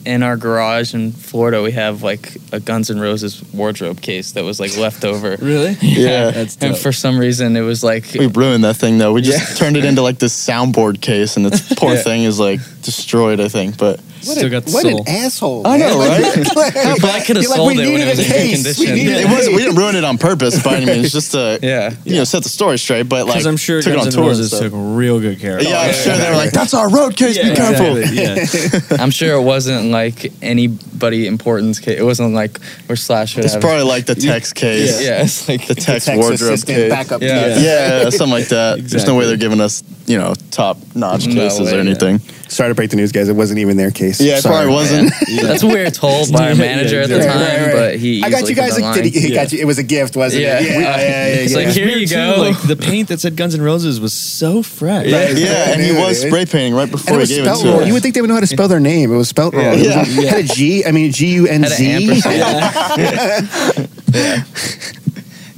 Speaker 3: in our garage in Florida, we have like a Guns N' Roses wardrobe case that was like left over.
Speaker 4: Really?
Speaker 5: Yeah.
Speaker 4: That's
Speaker 3: And
Speaker 4: dope.
Speaker 3: for some reason, it was like
Speaker 5: We ruined that thing though. We just turned it into like this soundboard case, and this poor
Speaker 3: Yeah.
Speaker 5: thing is like destroyed. I think, but
Speaker 1: What,
Speaker 3: Still
Speaker 1: a,
Speaker 3: got the
Speaker 1: what
Speaker 3: soul.
Speaker 1: an asshole.
Speaker 5: I know,
Speaker 1: man.
Speaker 5: right?
Speaker 1: Like,
Speaker 3: I could have
Speaker 1: you're like,
Speaker 3: sold
Speaker 1: we
Speaker 3: it when
Speaker 1: needed
Speaker 3: it was
Speaker 1: a
Speaker 3: in good
Speaker 1: case. We
Speaker 3: condition.
Speaker 1: needed
Speaker 3: Yeah,
Speaker 1: a
Speaker 5: It wasn't.
Speaker 1: case.
Speaker 5: We didn't ruin it on purpose by any means. Just to
Speaker 3: Yeah.
Speaker 5: you know, set the story straight. But like,
Speaker 4: Because I'm sure
Speaker 5: took it
Speaker 4: Guns N'
Speaker 5: on tour. and
Speaker 4: Roses
Speaker 5: stuff.
Speaker 4: took real good care of
Speaker 5: Yeah, I'm
Speaker 4: it.
Speaker 5: sure they were like, "That's our road case.
Speaker 4: Yeah,
Speaker 5: be careful."
Speaker 4: exactly, yeah.
Speaker 3: I'm sure it wasn't like anybody important's case. It wasn't like where Slash would
Speaker 5: It's
Speaker 3: have.
Speaker 5: probably like the Tex case,
Speaker 3: yeah, it's like
Speaker 5: the Tex
Speaker 1: Texas
Speaker 5: wardrobe
Speaker 1: assistant
Speaker 5: case.
Speaker 1: backup
Speaker 3: Yeah.
Speaker 1: kid.
Speaker 5: Yeah, yeah, something like that. There's no way they're giving us, you know, top notch
Speaker 3: No
Speaker 5: cases
Speaker 3: way,
Speaker 5: or
Speaker 3: yeah.
Speaker 5: anything.
Speaker 1: Sorry to break the news, guys. It wasn't even their case.
Speaker 5: Yeah, it
Speaker 1: Sorry.
Speaker 5: probably wasn't.
Speaker 3: That's what we were told by our manager at the
Speaker 1: Right,
Speaker 3: time,
Speaker 1: right, right.
Speaker 3: but he.
Speaker 1: I got you
Speaker 3: easily
Speaker 1: guys.
Speaker 3: comes
Speaker 1: A, did he,
Speaker 3: online.
Speaker 1: he got you. It was a gift, wasn't
Speaker 3: Yeah.
Speaker 1: it? Yeah, yeah, yeah.
Speaker 3: It's
Speaker 1: yeah.
Speaker 3: like, here you
Speaker 4: Too,
Speaker 3: go.
Speaker 4: like the paint that said Guns N' Roses was so fresh.
Speaker 3: Yeah.
Speaker 5: Yeah, and he was spray painting right
Speaker 1: and it
Speaker 5: before he
Speaker 1: was
Speaker 5: gave it
Speaker 1: spelled
Speaker 5: to
Speaker 1: wrong. You
Speaker 5: us.
Speaker 1: would think they would know how to spell their name. It was spelled wrong. It was-
Speaker 5: Yeah.
Speaker 1: Had a G. I mean G U N
Speaker 3: Had an
Speaker 1: Z.
Speaker 3: ampersand.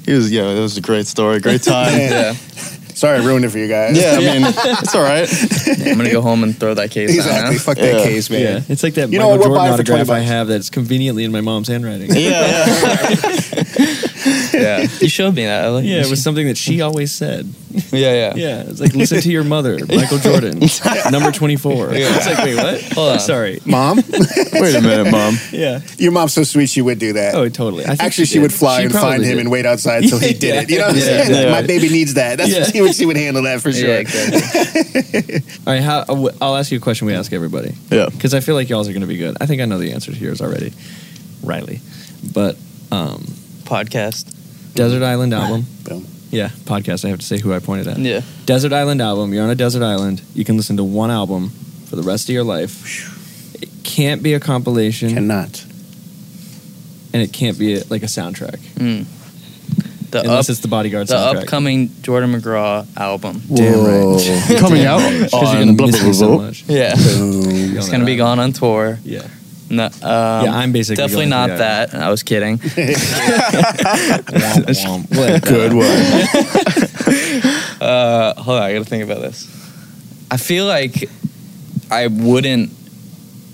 Speaker 5: He was, yeah, it was a great story, great time.
Speaker 1: Yeah.
Speaker 3: Yeah.
Speaker 1: Sorry, I ruined it for you guys.
Speaker 5: Yeah, I mean, it's all right.
Speaker 3: Yeah, I'm gonna go home and throw that case out
Speaker 1: exactly.
Speaker 3: now.
Speaker 1: Fuck that
Speaker 5: Yeah.
Speaker 1: case, man.
Speaker 4: Yeah, it's like that
Speaker 1: You know
Speaker 4: Michael
Speaker 1: what, we'll buy
Speaker 4: Jordan
Speaker 1: it for 20
Speaker 4: autograph I
Speaker 1: bucks.
Speaker 4: have that's conveniently in my mom's handwriting.
Speaker 5: Yeah, yeah,
Speaker 3: Yeah, you showed me that. I like
Speaker 4: Yeah, it was something that she always said.
Speaker 3: yeah, yeah,
Speaker 4: Yeah, it's like listen to your mother, Michael Jordan, number twenty four. It's like wait, what?
Speaker 3: Hold on.
Speaker 4: Sorry.
Speaker 1: Mom,
Speaker 5: Wait a minute, mom.
Speaker 4: Yeah.
Speaker 1: your mom's so sweet. She would do that.
Speaker 4: Oh, totally. I think
Speaker 1: Actually, she
Speaker 4: did.
Speaker 1: would fly
Speaker 4: She
Speaker 1: and find
Speaker 4: probably
Speaker 1: him
Speaker 4: did.
Speaker 1: and wait outside until he did it. You know what I'm
Speaker 4: Yeah,
Speaker 1: saying? Like,
Speaker 5: yeah.
Speaker 1: My baby needs that. That's
Speaker 4: Yeah.
Speaker 1: she would. She would handle that for sure.
Speaker 3: Yeah, exactly.
Speaker 4: All right, how, uh, I'll ask you a question. We ask everybody
Speaker 5: Yeah.
Speaker 4: because I feel like y'all's are going to be good. I think I know the answer to yours already, Riley. But um,
Speaker 3: Podcast.
Speaker 4: Desert Island album.
Speaker 1: Boom.
Speaker 4: Yeah, podcast. I have to say who I pointed at.
Speaker 3: Yeah.
Speaker 4: Desert Island album. You're on a desert island. You can listen to one album for the rest of your life. It can't be a compilation,
Speaker 1: Cannot.
Speaker 4: and it can't be a, like a soundtrack
Speaker 3: Mm. The
Speaker 4: unless
Speaker 3: up,
Speaker 4: it's the Bodyguard
Speaker 3: the
Speaker 4: soundtrack.
Speaker 3: upcoming Jordan McGraw album.
Speaker 4: Damn right.
Speaker 1: Whoa.
Speaker 5: Coming out
Speaker 4: because you're
Speaker 5: on
Speaker 4: gonna
Speaker 5: blah,
Speaker 4: miss me
Speaker 5: blah, blah,
Speaker 4: so
Speaker 5: blah.
Speaker 4: much.
Speaker 3: Yeah,
Speaker 1: Boom.
Speaker 3: it's gonna be gone on tour.
Speaker 4: Yeah,
Speaker 3: No, um,
Speaker 4: yeah. I'm basically
Speaker 3: definitely
Speaker 4: going
Speaker 3: not
Speaker 4: through
Speaker 3: that. I was kidding.
Speaker 4: Womp, womp. What?
Speaker 1: Good one.
Speaker 3: Uh, hold on, I gotta think about this. I feel like I wouldn't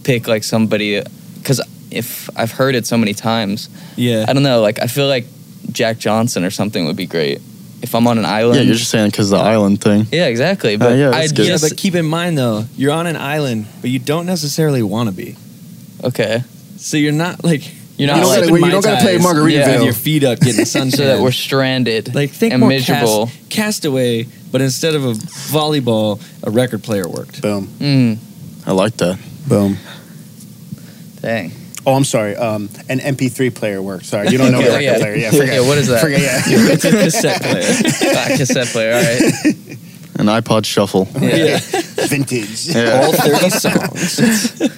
Speaker 3: pick like somebody because if I've heard it so many times,
Speaker 4: Yeah.
Speaker 3: I don't know. Like I feel like Jack Johnson or something would be great if I'm on an island.
Speaker 5: Yeah, you're just saying because the island thing.
Speaker 3: Yeah, exactly. But
Speaker 5: yeah,
Speaker 3: I
Speaker 5: that's good.
Speaker 4: Yeah,
Speaker 3: just
Speaker 4: but keep in mind though, you're on an island, but you don't necessarily want to be.
Speaker 3: okay.
Speaker 4: So you're not like
Speaker 3: You're
Speaker 1: You
Speaker 3: not
Speaker 1: don't
Speaker 3: like
Speaker 1: gotta-
Speaker 4: sipping
Speaker 1: you
Speaker 4: Mai
Speaker 1: don't gotta play
Speaker 4: Tais
Speaker 1: Margaritaville.
Speaker 4: with your feet up, getting sun
Speaker 3: so that we're stranded
Speaker 4: like think
Speaker 3: and
Speaker 4: more
Speaker 3: miserable.
Speaker 4: cast, castaway, but instead of a volleyball, a record player worked.
Speaker 1: Boom.
Speaker 3: Mm,
Speaker 5: I like that.
Speaker 1: Boom.
Speaker 3: dang.
Speaker 1: Oh, I'm sorry. Um, an MP3 player works. Sorry, you don't know
Speaker 3: Okay,
Speaker 1: the record
Speaker 3: yeah.
Speaker 1: player. Yeah, I forgot.
Speaker 3: Yeah, what is that?
Speaker 1: Forget. Yeah.
Speaker 4: It's a cassette player.
Speaker 3: Ah, cassette player. All right.
Speaker 5: An iPod shuffle.
Speaker 3: Yeah.
Speaker 1: Vintage.
Speaker 5: Yeah.
Speaker 4: All thirty songs.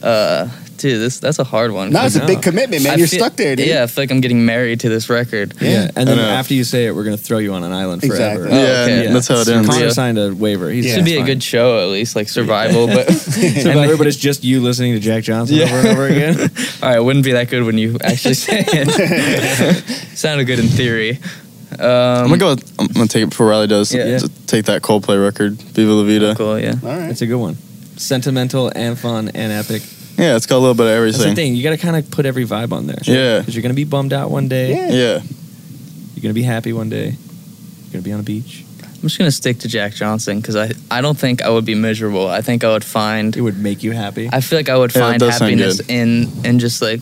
Speaker 3: Uh, dude, this that's a hard one.
Speaker 1: No, it's a
Speaker 4: No.
Speaker 1: big commitment, man.
Speaker 3: I
Speaker 1: You're
Speaker 3: feel-
Speaker 1: stuck there, dude.
Speaker 3: Yeah, I feel like I'm getting married to this record.
Speaker 4: Yeah, and
Speaker 5: I
Speaker 4: then
Speaker 5: know.
Speaker 4: after you say it, we're gonna throw you on an island forever.
Speaker 1: Exactly.
Speaker 5: Yeah,
Speaker 3: Oh, okay.
Speaker 5: and that's how it
Speaker 4: So
Speaker 5: ends.
Speaker 4: Connor
Speaker 3: Yeah.
Speaker 4: signed a waiver. He's
Speaker 1: Yeah.
Speaker 3: Should be a
Speaker 4: fine.
Speaker 3: good show at least, like survival. But
Speaker 4: survivor, but it's just you listening to Jack Johnson
Speaker 3: Yeah.
Speaker 4: over and over again.
Speaker 3: all right, it wouldn't be that good when you actually say it. Sounded good in theory. Um,
Speaker 5: I'm gonna go. With, I'm gonna take it before Riley does.
Speaker 3: Yeah. Oh,
Speaker 5: To Take that Coldplay record, Viva La Vida.
Speaker 3: Cool, yeah.
Speaker 1: All right.
Speaker 4: It's a good one. Sentimental and fun and epic.
Speaker 5: Yeah, it's got a little bit of
Speaker 4: That's the
Speaker 5: everything.
Speaker 4: thing. You got to kind of put every vibe on there.
Speaker 5: Yeah.
Speaker 4: Because you're going to be bummed out one day.
Speaker 1: Yeah.
Speaker 5: Yeah,
Speaker 4: You're going to be happy one day. You're going to be on a beach.
Speaker 3: I'm just gonna stick to Jack Johnson because I I don't think I would be miserable. I think I would find.
Speaker 4: It would make you happy.
Speaker 3: I feel like I would
Speaker 5: Yeah, it
Speaker 3: find
Speaker 5: does sound
Speaker 3: happiness
Speaker 5: good.
Speaker 3: in in just like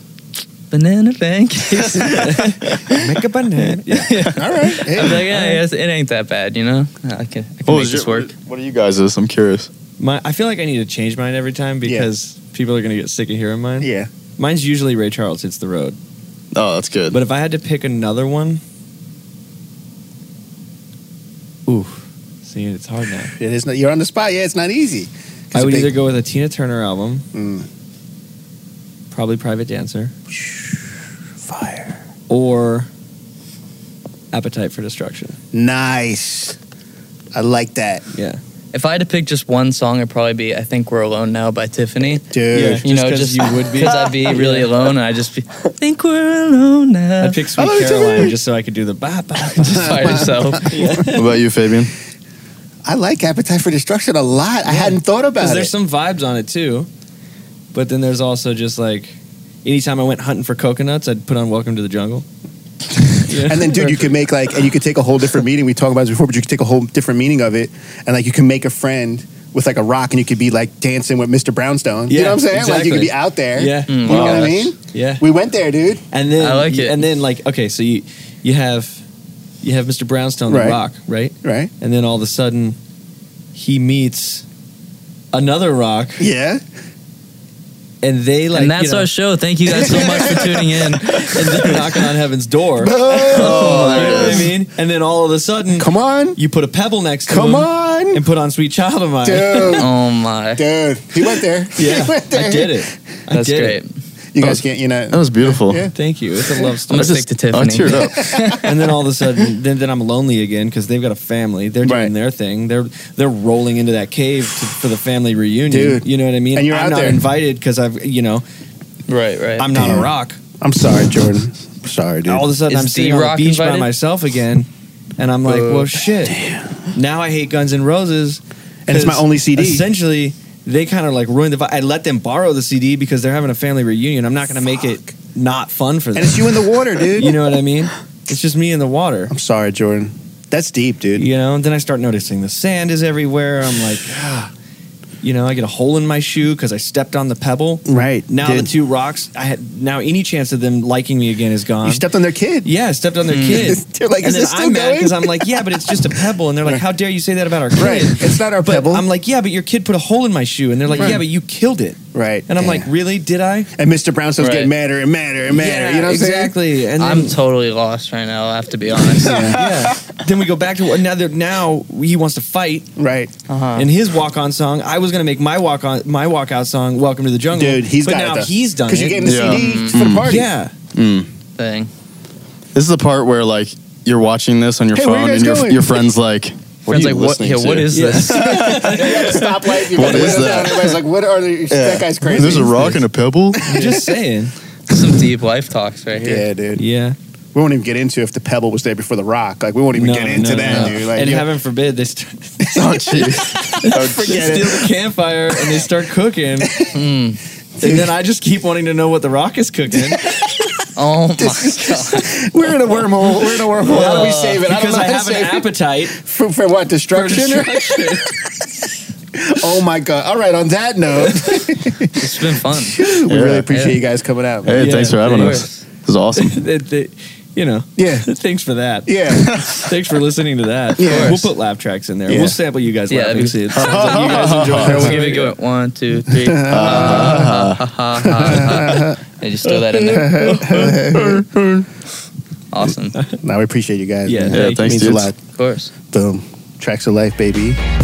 Speaker 3: banana pancakes.
Speaker 4: make a banana. Yeah.
Speaker 1: All right. Hey.
Speaker 3: I'm like, yeah, yes, it ain't that bad, you know. I can, I can
Speaker 5: What
Speaker 3: make
Speaker 5: was
Speaker 3: this
Speaker 5: your-
Speaker 3: work.
Speaker 5: What are you guys? Is I'm curious.
Speaker 4: My, I feel like I need to change mine every time because people are going to get sick of hearing mine.
Speaker 1: Yeah.
Speaker 4: Mine's usually Ray Charles hits the road.
Speaker 5: Oh, that's good.
Speaker 4: But if I had to pick another one, ooh, see, it's hard now.
Speaker 1: It is not, you're on the spot. Yeah, it's not easy. 'Cause
Speaker 4: I would
Speaker 1: if they-
Speaker 4: either go with a Tina Turner album,
Speaker 1: Mm.
Speaker 4: probably Private Dancer,
Speaker 1: Fire.
Speaker 4: or Appetite for Destruction.
Speaker 1: Nice. I like that,
Speaker 4: Yeah.
Speaker 3: If I had to pick just one song, it'd probably be "I Think We're Alone Now" by Tiffany.
Speaker 1: dude.
Speaker 4: Yeah.
Speaker 3: You know,
Speaker 4: Just
Speaker 3: just
Speaker 4: 'cause you would be?
Speaker 3: because I'd be really alone, and I would just be think we're alone now.
Speaker 4: I'd pick Sweet
Speaker 1: Uh, love you,
Speaker 4: Caroline
Speaker 1: Timmy.
Speaker 4: just so I could do the ba ba.
Speaker 3: just by yourself.
Speaker 5: what about you, Fabian?
Speaker 1: I like Appetite for Destruction a lot. I hadn't thought
Speaker 4: Because
Speaker 1: about it.
Speaker 4: there's some vibes on it too. But then there's also just like, anytime I went hunting for coconuts, I'd put on Welcome to the Jungle.
Speaker 1: and then, dude, you could make like, and you could take a whole different meaning. We talked about this before, but you could take a whole different meaning of it, and like, you can make a friend with like a rock and you could be like dancing with Mr. Brownstone. you
Speaker 4: Yeah,
Speaker 1: know what I'm saying? Like you could
Speaker 4: exactly.
Speaker 1: be out there.
Speaker 4: Yeah.
Speaker 1: You
Speaker 4: Mm,
Speaker 1: know what I
Speaker 5: wow.
Speaker 1: mean?
Speaker 4: Yeah.
Speaker 1: We went there, dude.
Speaker 4: And then
Speaker 3: I like it.
Speaker 4: And then like okay, so you you have you have Mr. Brownstone
Speaker 1: Right.
Speaker 4: the Rock, right?
Speaker 1: Right?
Speaker 4: And then all of a sudden he meets another Rock,
Speaker 1: Yeah.
Speaker 4: and they like
Speaker 3: and that's
Speaker 4: you know,
Speaker 3: our show. Thank you guys so much for tuning in.
Speaker 4: and they're knocking on heaven's door.
Speaker 5: Oh,
Speaker 4: you know
Speaker 5: there it
Speaker 4: what I
Speaker 5: is.
Speaker 4: mean? And then all of a sudden,
Speaker 1: Come on.
Speaker 4: you put a pebble next to
Speaker 1: Come
Speaker 4: him
Speaker 1: on.
Speaker 4: and put on "Sweet Child of Mine."
Speaker 1: Dude.
Speaker 3: Oh my,
Speaker 1: Dude. He went there.
Speaker 4: Yeah,
Speaker 1: He went there.
Speaker 4: I did it. Oh. I
Speaker 3: that's
Speaker 4: did
Speaker 3: great.
Speaker 4: It.
Speaker 1: You guys can't, you know.
Speaker 5: That was beautiful.
Speaker 1: Yeah.
Speaker 4: Thank you. It's a love
Speaker 3: I'm
Speaker 4: story.
Speaker 3: gonna stick to
Speaker 5: I
Speaker 3: Tiffany.
Speaker 5: teared up.
Speaker 4: and then all of a sudden, then, then I'm lonely again because they've got a family. They're doing
Speaker 1: Right.
Speaker 4: their thing. They're they're rolling into that cave to, for the family reunion.
Speaker 1: Dude.
Speaker 4: You know what I mean?
Speaker 1: And you're
Speaker 4: I'm
Speaker 1: out
Speaker 4: not
Speaker 1: there.
Speaker 4: invited because I've you know
Speaker 3: Right, right.
Speaker 4: I'm not
Speaker 1: Damn.
Speaker 4: a rock.
Speaker 1: I'm sorry, Jordan. I'm sorry, dude.
Speaker 4: All of a sudden,
Speaker 3: Is
Speaker 4: I'm sitting
Speaker 3: D-Rock
Speaker 4: on the beach by
Speaker 3: invited?
Speaker 4: myself again, and I'm like,
Speaker 3: Uh,
Speaker 4: well, shit. Now I hate Guns N' Roses.
Speaker 1: and it's my
Speaker 4: 'Cause
Speaker 1: only CD.
Speaker 4: Essentially, they kind of like ruined the vibe. I let them borrow the CD because they're having a family reunion. I'm not going to make it not fun for
Speaker 1: and
Speaker 4: them.
Speaker 1: it's you in the water, dude.
Speaker 4: You know what I mean? It's just me in the water.
Speaker 1: I'm sorry, Jordan. That's deep, dude.
Speaker 4: You know, and then I start noticing the sand is everywhere. I'm like, ah. you know, I get a hole in my shoe because I stepped on the pebble.
Speaker 1: Right.
Speaker 4: Now
Speaker 1: dude.
Speaker 4: the two rocks, I had now any chance of them liking me again is gone.
Speaker 1: You stepped on their kid.
Speaker 4: yeah, I stepped on their kid.
Speaker 1: They're like,
Speaker 4: and
Speaker 1: "Is
Speaker 4: then
Speaker 1: this still
Speaker 4: I'm mad
Speaker 1: going?"
Speaker 4: because I'm like, yeah, but it's just a pebble. And they're like, how dare you say that about our kid?
Speaker 1: Right. It's not our
Speaker 4: But
Speaker 1: pebble.
Speaker 4: I'm like, yeah, but your kid put a hole in my shoe. And they're like, yeah, but you killed it.
Speaker 1: right.
Speaker 4: And I'm
Speaker 1: Damn.
Speaker 4: like, really? Did I?
Speaker 1: and Mr. Brownstone's
Speaker 3: Right.
Speaker 1: getting madder and madder and madder. you know what
Speaker 4: exactly. And then,
Speaker 3: I'm totally lost right now. I have to be honest.
Speaker 4: yeah. Then we go back to now. they're- Now he wants to fight
Speaker 1: I'm saying? Right.
Speaker 3: Uh-huh.
Speaker 4: in his walk on song. I was gonna make my walk on my walkout song, "Welcome to the Jungle."
Speaker 1: Dude, he's
Speaker 4: but
Speaker 1: got
Speaker 4: now
Speaker 1: it. though.
Speaker 4: he's done it.
Speaker 1: Because you gave him the
Speaker 5: Yeah. Mm-hmm.
Speaker 1: CD for the party.
Speaker 4: yeah.
Speaker 3: Thing.
Speaker 5: This is the part where like you're watching this on your
Speaker 1: Hey, where you
Speaker 5: phone
Speaker 1: guys
Speaker 5: and your,
Speaker 1: going?
Speaker 5: your friends like, what
Speaker 3: Friends
Speaker 5: are
Speaker 3: like,
Speaker 5: you
Speaker 3: what?
Speaker 5: listening
Speaker 3: Yeah,
Speaker 5: to?
Speaker 3: what is this?
Speaker 1: Stoplight. You got
Speaker 5: What
Speaker 1: the
Speaker 5: is
Speaker 1: window
Speaker 5: that?
Speaker 1: down. Everybody's like, what are the, that guy's crazy.
Speaker 5: There's a rock and a pebble.
Speaker 4: I'm just saying.
Speaker 3: Some deep life talks right here.
Speaker 1: Yeah, dude.
Speaker 4: Yeah.
Speaker 1: We won't even get into if the pebble was there before the rock. Like, we won't even
Speaker 4: No,
Speaker 1: get
Speaker 4: no,
Speaker 1: into
Speaker 4: no,
Speaker 1: that,
Speaker 4: no.
Speaker 1: dude. Like,
Speaker 4: and
Speaker 1: you know,
Speaker 4: heaven forbid they start,
Speaker 5: oh jeez. Oh,
Speaker 4: they
Speaker 5: jeez.
Speaker 4: steal the campfire and they start cooking.
Speaker 3: Hmm.
Speaker 4: And then I just keep wanting to know what the rock is cooking
Speaker 3: Oh my god.
Speaker 1: we're in a wormhole. We're in a wormhole. How do we save it? I don't
Speaker 4: because
Speaker 1: know
Speaker 4: I,
Speaker 1: how to
Speaker 4: have an
Speaker 1: save it.
Speaker 4: appetite
Speaker 1: For, for what?
Speaker 4: for
Speaker 1: Destruction?
Speaker 4: destruction.
Speaker 1: oh, my God. All right. On that note,
Speaker 3: It's been fun.
Speaker 1: we
Speaker 5: Yeah.
Speaker 1: really appreciate
Speaker 3: Yeah.
Speaker 1: you guys coming out. man.
Speaker 5: Hey,
Speaker 4: Yeah,
Speaker 5: thanks for having
Speaker 3: thanks.
Speaker 5: us. This is awesome.
Speaker 4: That- that- you know.
Speaker 1: Yeah.
Speaker 4: Thanks for that.
Speaker 1: Yeah.
Speaker 4: Thanks for listening to that.
Speaker 1: Yeah. Of
Speaker 4: We'll
Speaker 1: course.
Speaker 4: put laugh tracks in there.
Speaker 1: Yeah.
Speaker 4: We'll sample you guys
Speaker 3: Yeah,
Speaker 4: yeah, laughing.
Speaker 3: that'd
Speaker 4: See,
Speaker 3: be-
Speaker 4: it sounds like you guys enjoy.
Speaker 3: We'll give it a go. One, two, three. Ha, ha, ha, ha, ha, ha. And just throw that in there. Awesome. Of
Speaker 1: Now we appreciate you guys.
Speaker 4: Yeah,
Speaker 1: man.
Speaker 4: thank you.
Speaker 5: thanks,
Speaker 1: means a
Speaker 5: dudes.
Speaker 1: lot.
Speaker 3: course.
Speaker 1: Boom. Tracks of life, baby.